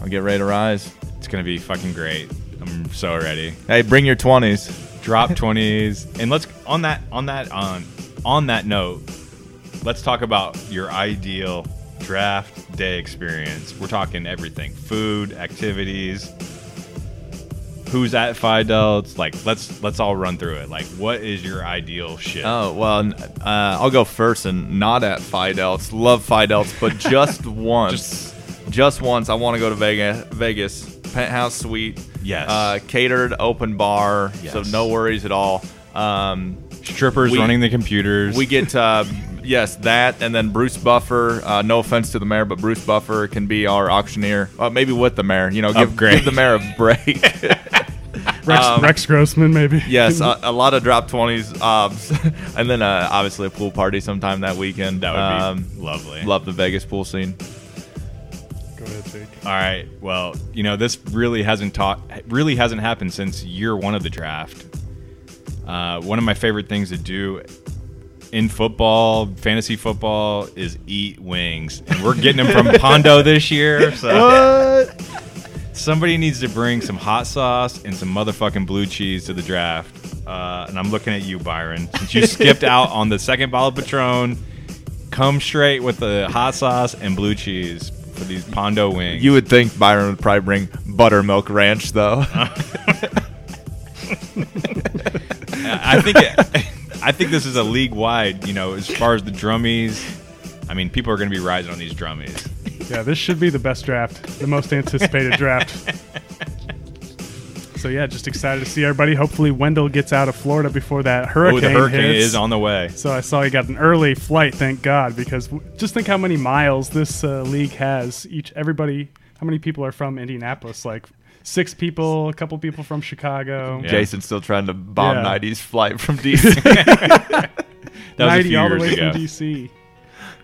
S3: I'll get ready to rise.
S2: It's gonna be fucking great. I'm so ready.
S3: Hey, bring your 20s.
S2: Drop twenties, and let's on that on that on on that note. Let's talk about your ideal draft day experience. We're talking everything: food, activities. Who's at Fidel's? Like, let's let's all run through it. Like, what is your ideal shit?
S3: Oh, well, n- uh, I'll go first and not at Fidel's. Love
S2: [laughs]
S3: Fidel's, but just once. just, once, I want to go to Vegas. Vegas. Penthouse suite.
S2: Yes.
S3: Uh, catered, open bar, so
S2: Yes.
S3: no worries at all. Um,
S2: Strippers
S3: we-
S2: running the computers.
S3: We get uh, yes that, and then Bruce Buffer. Uh, no offense to the mayor, but Bruce Buffer can be our auctioneer. Uh, maybe with the mayor, you know, give,
S2: Upgrade.
S3: give the mayor a
S2: [laughs]
S3: break.
S4: Rex, Rex Grossman, maybe.
S3: Um,
S4: [laughs]
S3: yes, uh, a, a lot of drop twenties, obs, [laughs] and then uh, obviously a pool party sometime that weekend.
S2: That would be
S3: Um,
S2: lovely.
S3: Love the Vegas pool scene.
S4: Go ahead, Jake.
S2: All right. Well, you know this really hasn't taught really hasn't happened since year one of the draft. Uh, one of my favorite things to do in football, fantasy football, is eat wings, and we're getting them
S3: [laughs]
S2: from Pondo this year. So somebody needs to bring some hot sauce and some motherfucking blue cheese to the draft. Uh, and I'm looking at you, Byron, since you skipped out on the second bottle of Patron. Come straight with the hot sauce and blue cheese for these Pondo wings.
S3: You would think Byron would probably bring buttermilk
S2: [laughs]
S3: ranch though.
S2: I think it, [laughs] I think this is a league wide. You know, as far as the drummies, I mean, people are going to be rising on these drummies.
S4: Yeah, this should be the best draft, the
S2: [laughs]
S4: most anticipated draft. So yeah, just excited to see everybody. Hopefully, Wendell gets out of Florida before that hurricane,
S2: oh, the hurricane
S4: hits.
S2: is on the way.
S4: So I saw he got an early flight, thank God, because w- just think how many miles this uh, league has. Each everybody, how many people are from Indianapolis? Like six people, a couple people from Chicago.
S2: Yeah.
S3: Jason's still trying to bomb
S2: [laughs]
S4: Yeah.
S3: 90's flight from DC.
S2: That was a
S4: 90
S2: few
S3: [laughs]
S4: all the
S2: years
S4: way
S2: ago.
S4: from DC.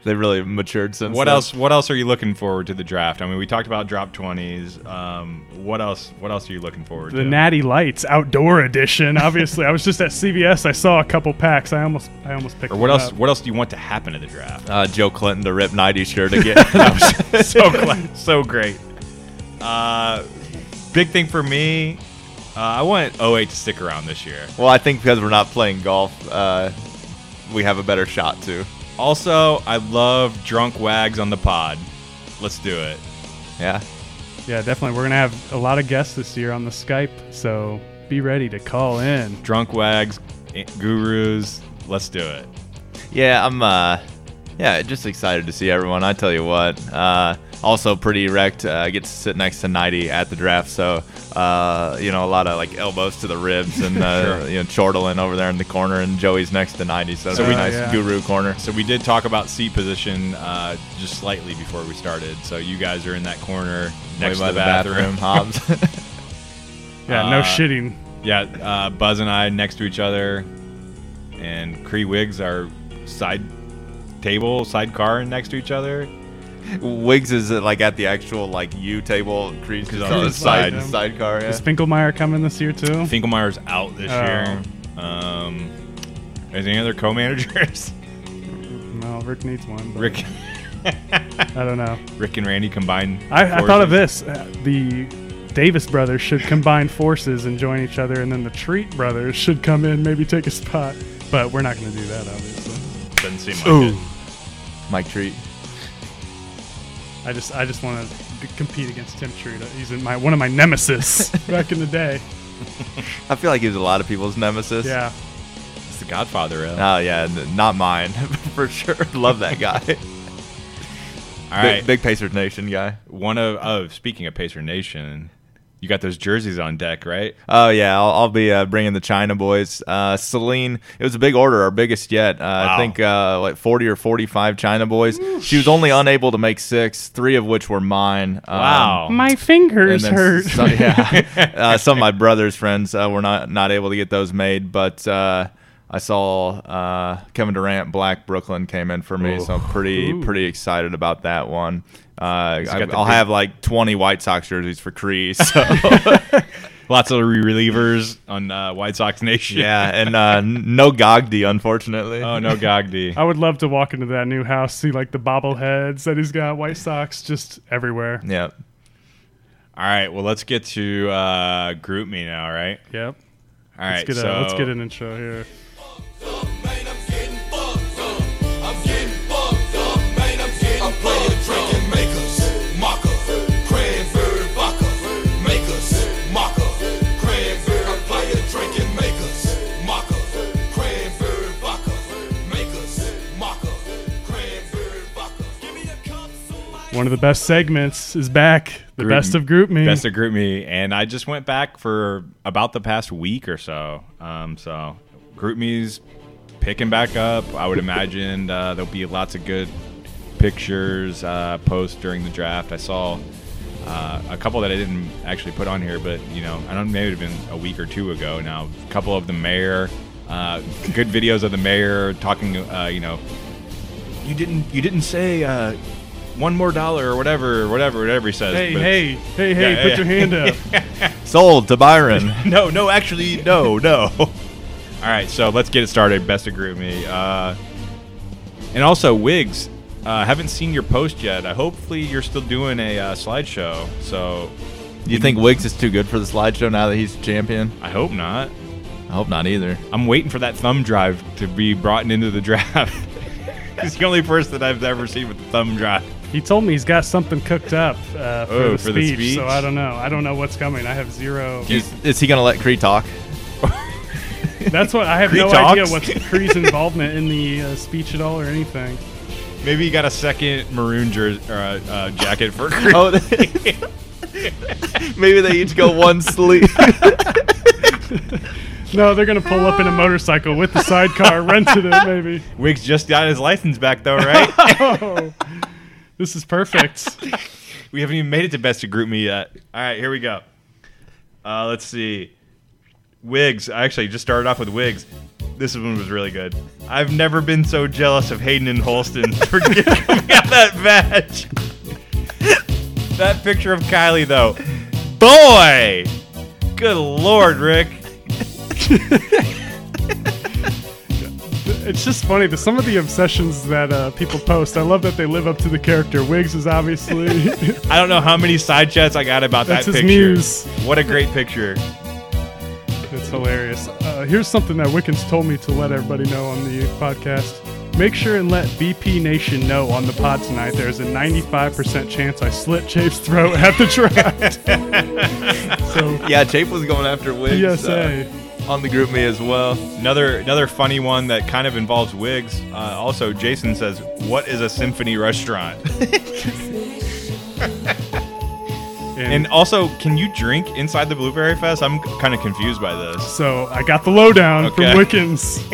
S3: They really matured since.
S2: What
S3: then.
S2: else? What else are you looking forward to the draft? I mean, we talked about drop twenties. Um, what else? What else are you looking forward
S4: The
S2: to?
S4: Natty Lights Outdoor Edition. Obviously, I was just at CVS. I saw a couple packs. I almost, I almost picked.
S2: or what
S4: one
S2: else?
S4: up.
S2: What else do you want to happen to the draft?
S3: Uh, Joe Clinton to rip ninety
S2: [laughs]
S3: shirt again. That [laughs] was
S2: so glad, so great. Uh, big thing for me. Uh, I want 08 to stick around this year.
S3: Well, I think because we're not playing golf, uh, we have a better shot too.
S2: Also, I love drunk wags on the pod. Let's do it.
S3: Yeah.
S4: Yeah, definitely. We're gonna have a lot of guests this year on the Skype, so be ready to call in.
S2: Drunk wags, eh, gurus. Let's do it.
S3: Yeah, I'm uh yeah, just excited to see everyone. I tell you what. Uh also pretty wrecked. Uh, I get to sit next to 90 at the draft, so uh, you know, a lot of like elbows to the
S2: [laughs]
S3: ribs and uh, you know, chortling over there in the corner and Joey's next to 90, so,
S2: So
S3: so we
S2: we-
S3: nice
S4: yeah.
S3: guru corner.
S2: So we did talk about seat position uh, just slightly before we started. So you guys are in that corner next
S3: Way
S2: to the
S3: [laughs]
S2: bathroom.
S3: Hobbs.
S4: Yeah, no
S2: Uh,
S4: shitting.
S2: yeah, uh, Buzz and I next to each other, and Cree Wigs are side table, side car next to each other.
S3: Wiggs is uh, like at the actual like U table, Creed's just on the
S4: Creed's beside
S3: side
S4: him.
S3: sidecar. Yeah.
S4: Is Finkelmeyer coming this year too?
S2: Finkelmeyer's out this
S4: Oh.
S2: year. Um, is there any other co-managers? [laughs]
S4: No, Rick needs one. but
S2: Rick,
S4: I don't know.
S2: Rick and Randy combined.
S4: I, I thought of
S2: forces.
S4: this. Uh, the Davis brothers should combine forces and join each other, and then the Treat brothers should come in, maybe take a spot. But we're not going to do that, obviously.
S2: Doesn't seem like it.
S3: Mike Treat.
S4: I just, I just want to compete against Tim Treat. He's in my one of my nemesis back in the day.
S3: I feel like he was a lot of people's nemesis.
S4: Yeah,
S2: It's the Godfather. Really.
S3: Oh yeah, n- not mine [laughs] for sure. Love
S2: [laughs]
S3: that guy.
S2: All right.
S3: big, big Pacers Nation guy.
S2: One of oh, speaking of Pacer Nation, you got those jerseys on deck, right?
S3: Oh yeah, I'll, I'll be uh, bringing the China boys. Uh, Celine, it was a big order, our biggest yet. Uh,
S2: Wow.
S3: I think uh, like 40 or 45 China boys. She was only unable to make six, three of which were mine. Um,
S4: my fingers
S3: and then
S4: hurt.
S2: [laughs]
S3: Some, yeah, uh, some of my brother's friends uh, were not not able to get those made, but uh, I saw uh, Kevin Durant Black Brooklyn came in for me, so I'm pretty pretty excited about that one. Uh, I,
S2: got the
S3: I'll
S2: big-
S3: have like 20 White Sox jerseys for Cree. So
S2: [laughs] Lots of relievers on uh, White Sox Nation.
S3: yeah, and uh, n- no Gogdi, unfortunately.
S2: Oh no, Gogdi.
S4: I would love to walk into that new house, see like the bobbleheads that he's got, White Sox, just everywhere.
S3: [laughs] Yeah.
S2: All right. Well, let's get to uh, group me now, right?
S4: Yep.
S2: All right.
S4: Let's get,
S2: so
S4: a, let's get an intro here.
S9: I'm playing drinking makers, mocker, cranberry vodka, makers, mocker, cranberry. I'm playing drinking makers, mocker, cranberry vodka, makers, mocker, cranberry vodka. Give me a cup, somebody.
S4: One of the best segments is back. The
S2: Group-
S4: best of group me.
S2: Best of group me, and I just went back for about the past week or so. Um, so group me's picking back up. I would imagine uh, there'll be lots of good pictures uh, posts during the draft. I saw uh, a couple that I didn't actually put on here, but you know, I don't maybe it would have been a week or two ago now. A couple of the mayor, uh, good videos of the mayor talking. Uh, you know, you didn't you didn't say. Uh, one more dollar or whatever, whatever, whatever he says.
S4: hey,
S2: but-
S4: hey, hey, hey,
S2: Yeah,
S4: put
S2: [laughs] yeah.
S4: your hand up.
S3: [laughs] Sold to Byron.
S2: [laughs] no, no, actually, no, no. [laughs] All right, so let's get it started. Best of group me. Uh, and also, Wigs, uh, haven't seen your post yet. Uh, hopefully, you're still doing a uh, slideshow. So
S3: you think Wiggs is too good for the slideshow now that he's champion?
S2: I hope not.
S3: I hope not either.
S2: I'm waiting for that thumb drive to be brought into the [laughs] draft. He's the only person that I've ever seen with the thumb drive.
S4: He told me he's got something cooked up uh, for,
S2: Oh,
S4: the,
S2: for the
S4: speech,
S2: speech?
S4: so I don't know. I don't know what's coming. I have zero.
S3: Is, is he gonna let Cree talk?
S4: That's what I have
S2: Cree
S4: no idea
S2: talks?
S4: what's Cree's involvement in the uh, speech at all or anything.
S2: Maybe you got a second maroon jer- or, uh, uh, jacket for. [laughs]
S3: Oh, [laughs] maybe they each go
S2: [laughs]
S3: one sleeve.
S4: No, they're gonna pull up in a motorcycle with the sidecar, rented it maybe.
S2: Wigs just got his license back though, right?
S4: Oh, this is perfect.
S2: We haven't even made it to best of group me yet. All right, here we go. Uh, let's see. Wigs. I actually just started off with wigs.
S3: This one was really good. I've never been so jealous of Hayden and Holston [laughs] for giving me that match. that picture of Kylie, though. Boy! Good lord, Rick.
S4: It's just funny that some of the obsessions that uh, people post. I love that they live up to the character. Wigs is obviously
S3: I don't know how many side chats I got about
S4: That's
S3: that
S4: his
S3: picture.
S4: muse.
S3: What a great picture.
S4: That's hilarious. Uh, here's something that Wickens told me to let everybody know on the podcast. Make sure and let BP Nation know on the pod tonight. There's a 95% chance I slit Chafe's throat at the draft. so,
S1: Yeah, Chape was going after Wigs
S4: PSA.
S1: uh, on the group me as well.
S3: Another another funny one that kind of involves wigs. Uh, also, Jason says, "What is a
S1: [laughs]
S3: symphony restaurant?" and also, can you drink inside the Blueberry Fest? I'm kind of confused by this.
S4: so I got the lowdown
S3: Okay.
S4: from
S3: [laughs]
S4: Wickens.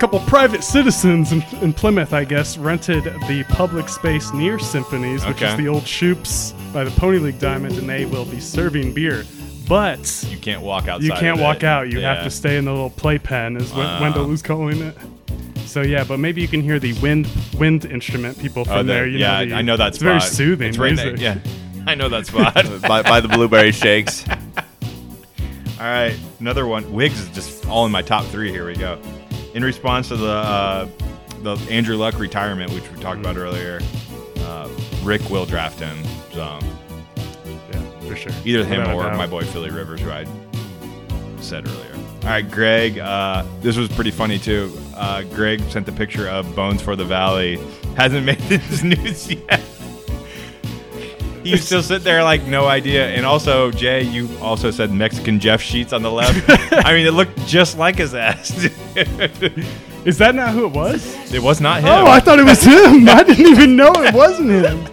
S4: couple private citizens in, in Plymouth, I guess, rented the public space near Symphonies, which
S3: Okay.
S4: is the old Shoops by the Pony League Diamond, and they will be serving beer. But
S3: You can't walk outside.
S4: you can't
S3: of
S4: walk
S3: it.
S4: out. You have
S3: Yeah.
S4: to stay in the little playpen, is what Wendell was calling it. So yeah, but maybe you can hear the wind wind instrument people from
S3: Oh,
S4: there.
S3: there.
S4: You
S3: yeah,
S4: know the,
S3: I know that
S4: It's
S3: spot.
S4: very soothing
S3: It's right
S4: music.
S3: there. Yeah, I
S4: [laughs]
S3: know that [laughs] spot.
S1: by, by the blueberry
S3: [laughs]
S1: shakes.
S3: All right, another one. Wigs is just all in my top three. Here we go. In response to the uh, the Andrew Luck retirement, which we talked
S4: Mm.
S3: about earlier, uh, Rick will draft him. So
S4: yeah, for sure.
S3: either him
S4: Without a
S3: or
S4: doubt.
S3: my boy Philly Rivers, who I said earlier. All right, Greg. Uh, this was pretty funny too. Uh, Greg sent the picture of Bones for the Valley. Hasn't [laughs] made this news yet.
S4: [laughs]
S3: He's still sitting there like no idea. And also, Jay, you also said Mexican Jeff Sheets on
S4: [laughs]
S3: the left. I mean, it looked just like his ass. [laughs] dude.
S4: Is that not who it was?
S3: it was not him.
S4: Oh, I thought it was him. I [laughs] didn't even know it wasn't him.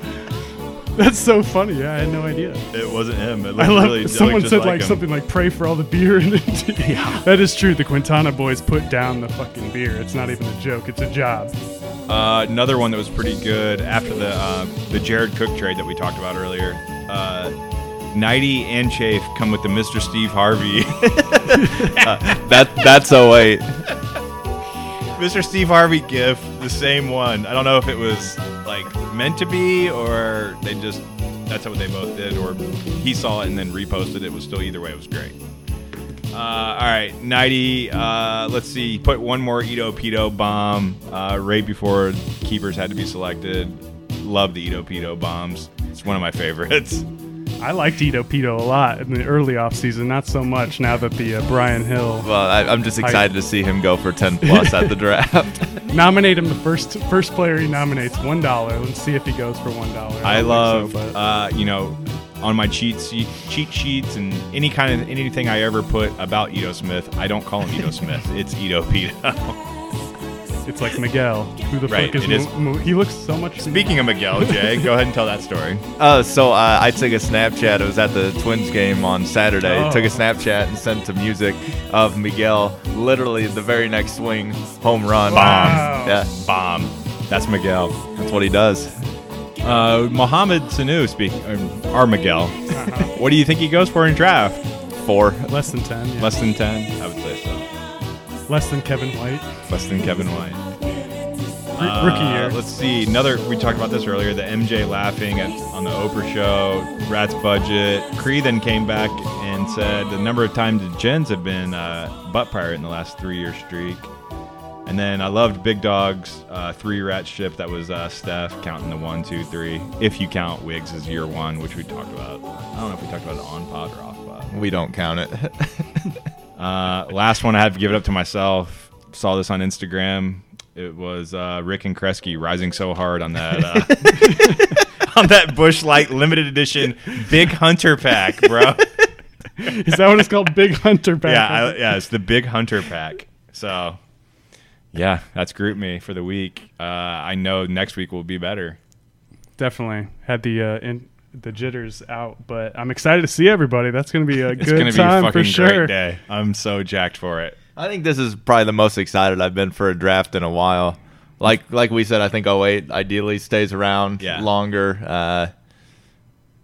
S4: That's so funny. Yeah, I had no idea.
S3: it wasn't him. It looked
S4: I love.
S3: really, it looked
S4: someone
S3: just
S4: said like
S3: him.
S4: something like "pray for all the beer." [laughs] in it." that is true. The Quintana boys put down the fucking beer. It's not even a joke. It's a job.
S3: Uh, another one that was pretty good after the uh, the Jared Cook trade that we talked about earlier. Uh, Nighty and Chafe come with the Mr. Steve Harvey. [laughs] Uh,
S1: That that's 08.
S3: Mr. Steve Harvey gif, the same one. I don't know if it was like meant to be or they just that's what they both did, or he saw it and then reposted it. Was still either way, it was great. Uh, all right, Nighty. Uh, let's see. Put one more Edo Pedo bomb uh, right before keepers had to be selected. Love the Edo Pedo bombs. It's one of my favorites.
S4: I liked Ito Pito a lot in the early offseason, not so much now that the uh, Brian Hill
S1: [laughs] Well, I, I'm just excited to see him go for 10 plus at the draft.
S4: nominate him the first first player he nominates one dollar. Let's see if he goes for one dollar.
S3: [laughs]
S4: [laughs]
S3: I love,
S4: but
S3: uh, you know, on my cheat sheet, cheat sheets and any kind of anything I ever put about Edo Smith. I don't call
S1: [laughs]
S3: him Edo Smith. It's Edo Pito.
S4: it's like Miguel. Who the
S3: uh, Right,
S4: fuck is,
S3: it is-
S4: Mu- Mu- He looks so much.
S3: Speaking of Miguel, Jay, go ahead and tell that story.
S1: Uh, so uh, I took a Snapchat. It was at the Twins game on Saturday.
S4: Oh.
S1: Took a Snapchat and sent to music of Miguel. Literally the very next swing, home run. Um,
S4: Wow.
S1: Yeah,
S3: Bomb. That's Miguel.
S1: that's what he does.
S3: Uh, Mohamed Sanu, speak um, or Miguel. what do you think he goes for in draft?
S1: Four.
S4: less than ten, yeah. less,
S3: Less than ten? I would say so.
S4: than Kevin White,
S3: Less than Kevin White.
S4: R- rookie
S3: Uh,
S4: year.
S3: Let's see. Another. We talked about this earlier. The MJ laughing at, on the Oprah show. Rat's budget. Cree then came back and said the number of times the Gens have been uh, butt pirate in the last three-year streak. And then I loved Big Dog's uh, three rat ship. That was uh, Steph counting the one, two, three. If you count Wiggs as year one, which we talked about. I don't know if we talked about it on pod or off pod.
S1: We don't count it. [laughs]
S3: Uh, last one I have to give it up to myself. Saw this on Instagram. It was uh, Rick and Kresge rising so hard on that uh, [laughs] on that Bush Light limited edition Big Hunter pack, bro.
S4: [laughs] Is that what it's called? Big Hunter back.
S3: [laughs] yeah, I, yeah, it's the Big Hunter pack. So, yeah, that's group me for the week. Uh, I know next week will be better.
S4: definitely had the uh, in, the jitters out, but I'm excited to see everybody. That's gonna be a
S3: It's
S4: good
S3: gonna be a
S4: time
S3: fucking
S4: for sure. [laughs]
S3: great day. I'm so jacked for it.
S1: I think this is probably the most excited I've been for a draft in a while. Like like we said, I think 08 ideally stays around
S3: Yeah.
S1: longer. Uh,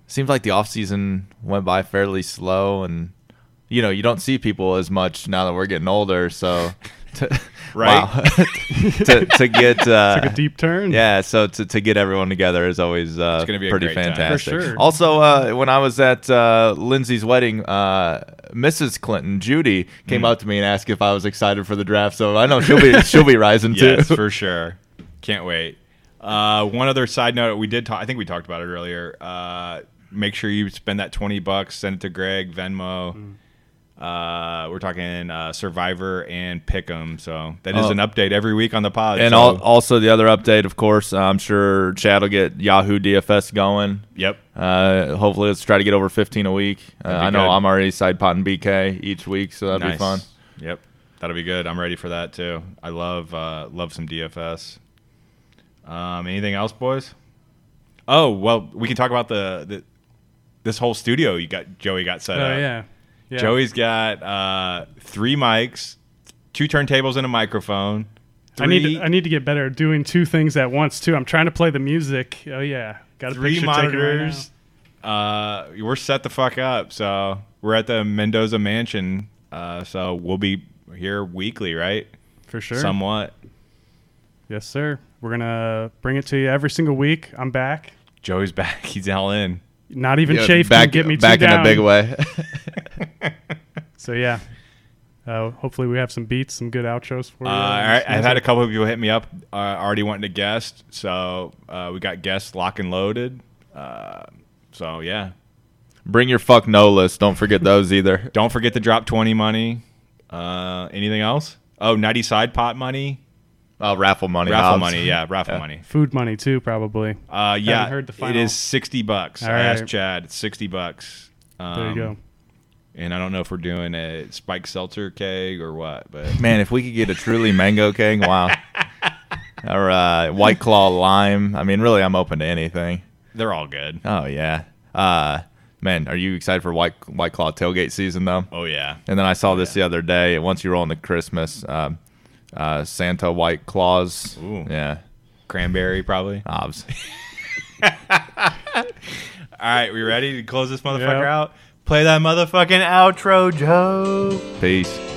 S1: seems like the offseason went by fairly slow, and
S2: you know you don't see people as much now that we're getting older.
S3: [laughs]
S2: So, to,
S3: Right.
S2: wow. [laughs] to, to
S3: [laughs]
S2: get uh,
S4: [laughs] Took a deep turn.
S2: yeah, so to, to get everyone together is always uh,
S3: gonna be a
S2: pretty
S3: great time.
S2: fantastic.
S4: For sure.
S2: Also, uh, when I was at uh, Lindsay's wedding, uh, Mrs. Clinton, Judy, came
S3: Mm.
S2: up to me and asked if I was excited for the draft. So I know she'll
S3: [laughs]
S2: be she'll be rising [laughs]
S3: Yes,
S2: too.
S3: for sure. Can't wait. Uh, one other side note we did talk. I think we talked about it earlier. Uh, make sure you spend that twenty bucks. Send it to Greg Venmo.
S4: Mm.
S3: Uh, we're talking uh, Survivor and Pick'em. So that is
S2: Oh.
S3: an update every week on the pod.
S2: and
S3: so-
S2: al- also the other update, of course, uh, I'm sure Chad will get Yahoo DFS going.
S3: yep.
S2: Uh, hopefully, let's try to get over 15 a week. Uh,
S3: That'd be
S2: I know
S3: good.
S2: I'm already side potting BK each week, so that'd be
S3: Nice.
S2: fun.
S3: Yep, that'll be good. I'm ready for that too. I love uh, love some DFS. Um, anything else, boys? Oh well, we can talk about the, the this whole studio you got. Joey got set
S4: Oh
S3: up.
S4: yeah. yeah.
S3: Joey's got uh, three mics, two turntables, and a microphone.
S4: I need
S3: Three-
S4: to, I need to get better at doing two things at once too. I'm trying to play the music. Oh yeah. Got a
S3: three
S4: picture taken right
S3: monitors. uh, we're set the fuck up. So we're at the Mendoza Mansion. Uh, so we'll be here weekly, right?
S4: now. for sure.
S3: Somewhat.
S4: Yes, sir. We're gonna bring it to you every single week. I'm back.
S3: Joey's back. [laughs] He's all in.
S4: Not even
S2: Yeah,
S4: Chafe
S2: back
S4: can get me
S2: back
S4: two
S2: in
S4: down.
S2: a big way. [laughs]
S4: So yeah. Uh, hopefully we have some beats, some good outros for you.
S3: [laughs] Uh, all right, I've had a couple of people hit me up uh, already wanting to guest. So uh, we got guests lock and loaded. Uh, so yeah,
S2: Bring your fuck no list. Don't forget those either.
S3: don't forget to drop twenty money. Uh, anything else? Oh, 90 side pot money,
S2: Uh, raffle money.
S3: raffle
S2: Hobbs.
S3: money. Yeah, raffle money.
S4: food money too, probably.
S3: Uh, yeah,
S4: heard the
S3: it
S4: final-
S3: is sixty bucks.
S4: All
S3: I asked
S4: right.
S3: Chad. It's sixty bucks. Um,
S4: There you go.
S3: And I don't know if we're doing a spike seltzer keg or what, but
S2: Man, if we could get a [laughs] truly mango king, wow.
S3: [laughs]
S2: or uh, white claw lime. I mean, really, I'm open to anything.
S3: they're all good.
S2: Oh yeah. Uh, man, are you excited for white white claw tailgate season though?
S3: Oh yeah,
S2: And then I saw this the other day. Once you roll into Christmas, um uh, Santa White Claws.
S3: Ooh.
S2: Yeah.
S3: cranberry probably.
S2: Obs.
S3: All right, we ready to close this motherfucker
S4: Yeah.
S3: out? Play that motherfucking outro, Joe.
S2: Peace.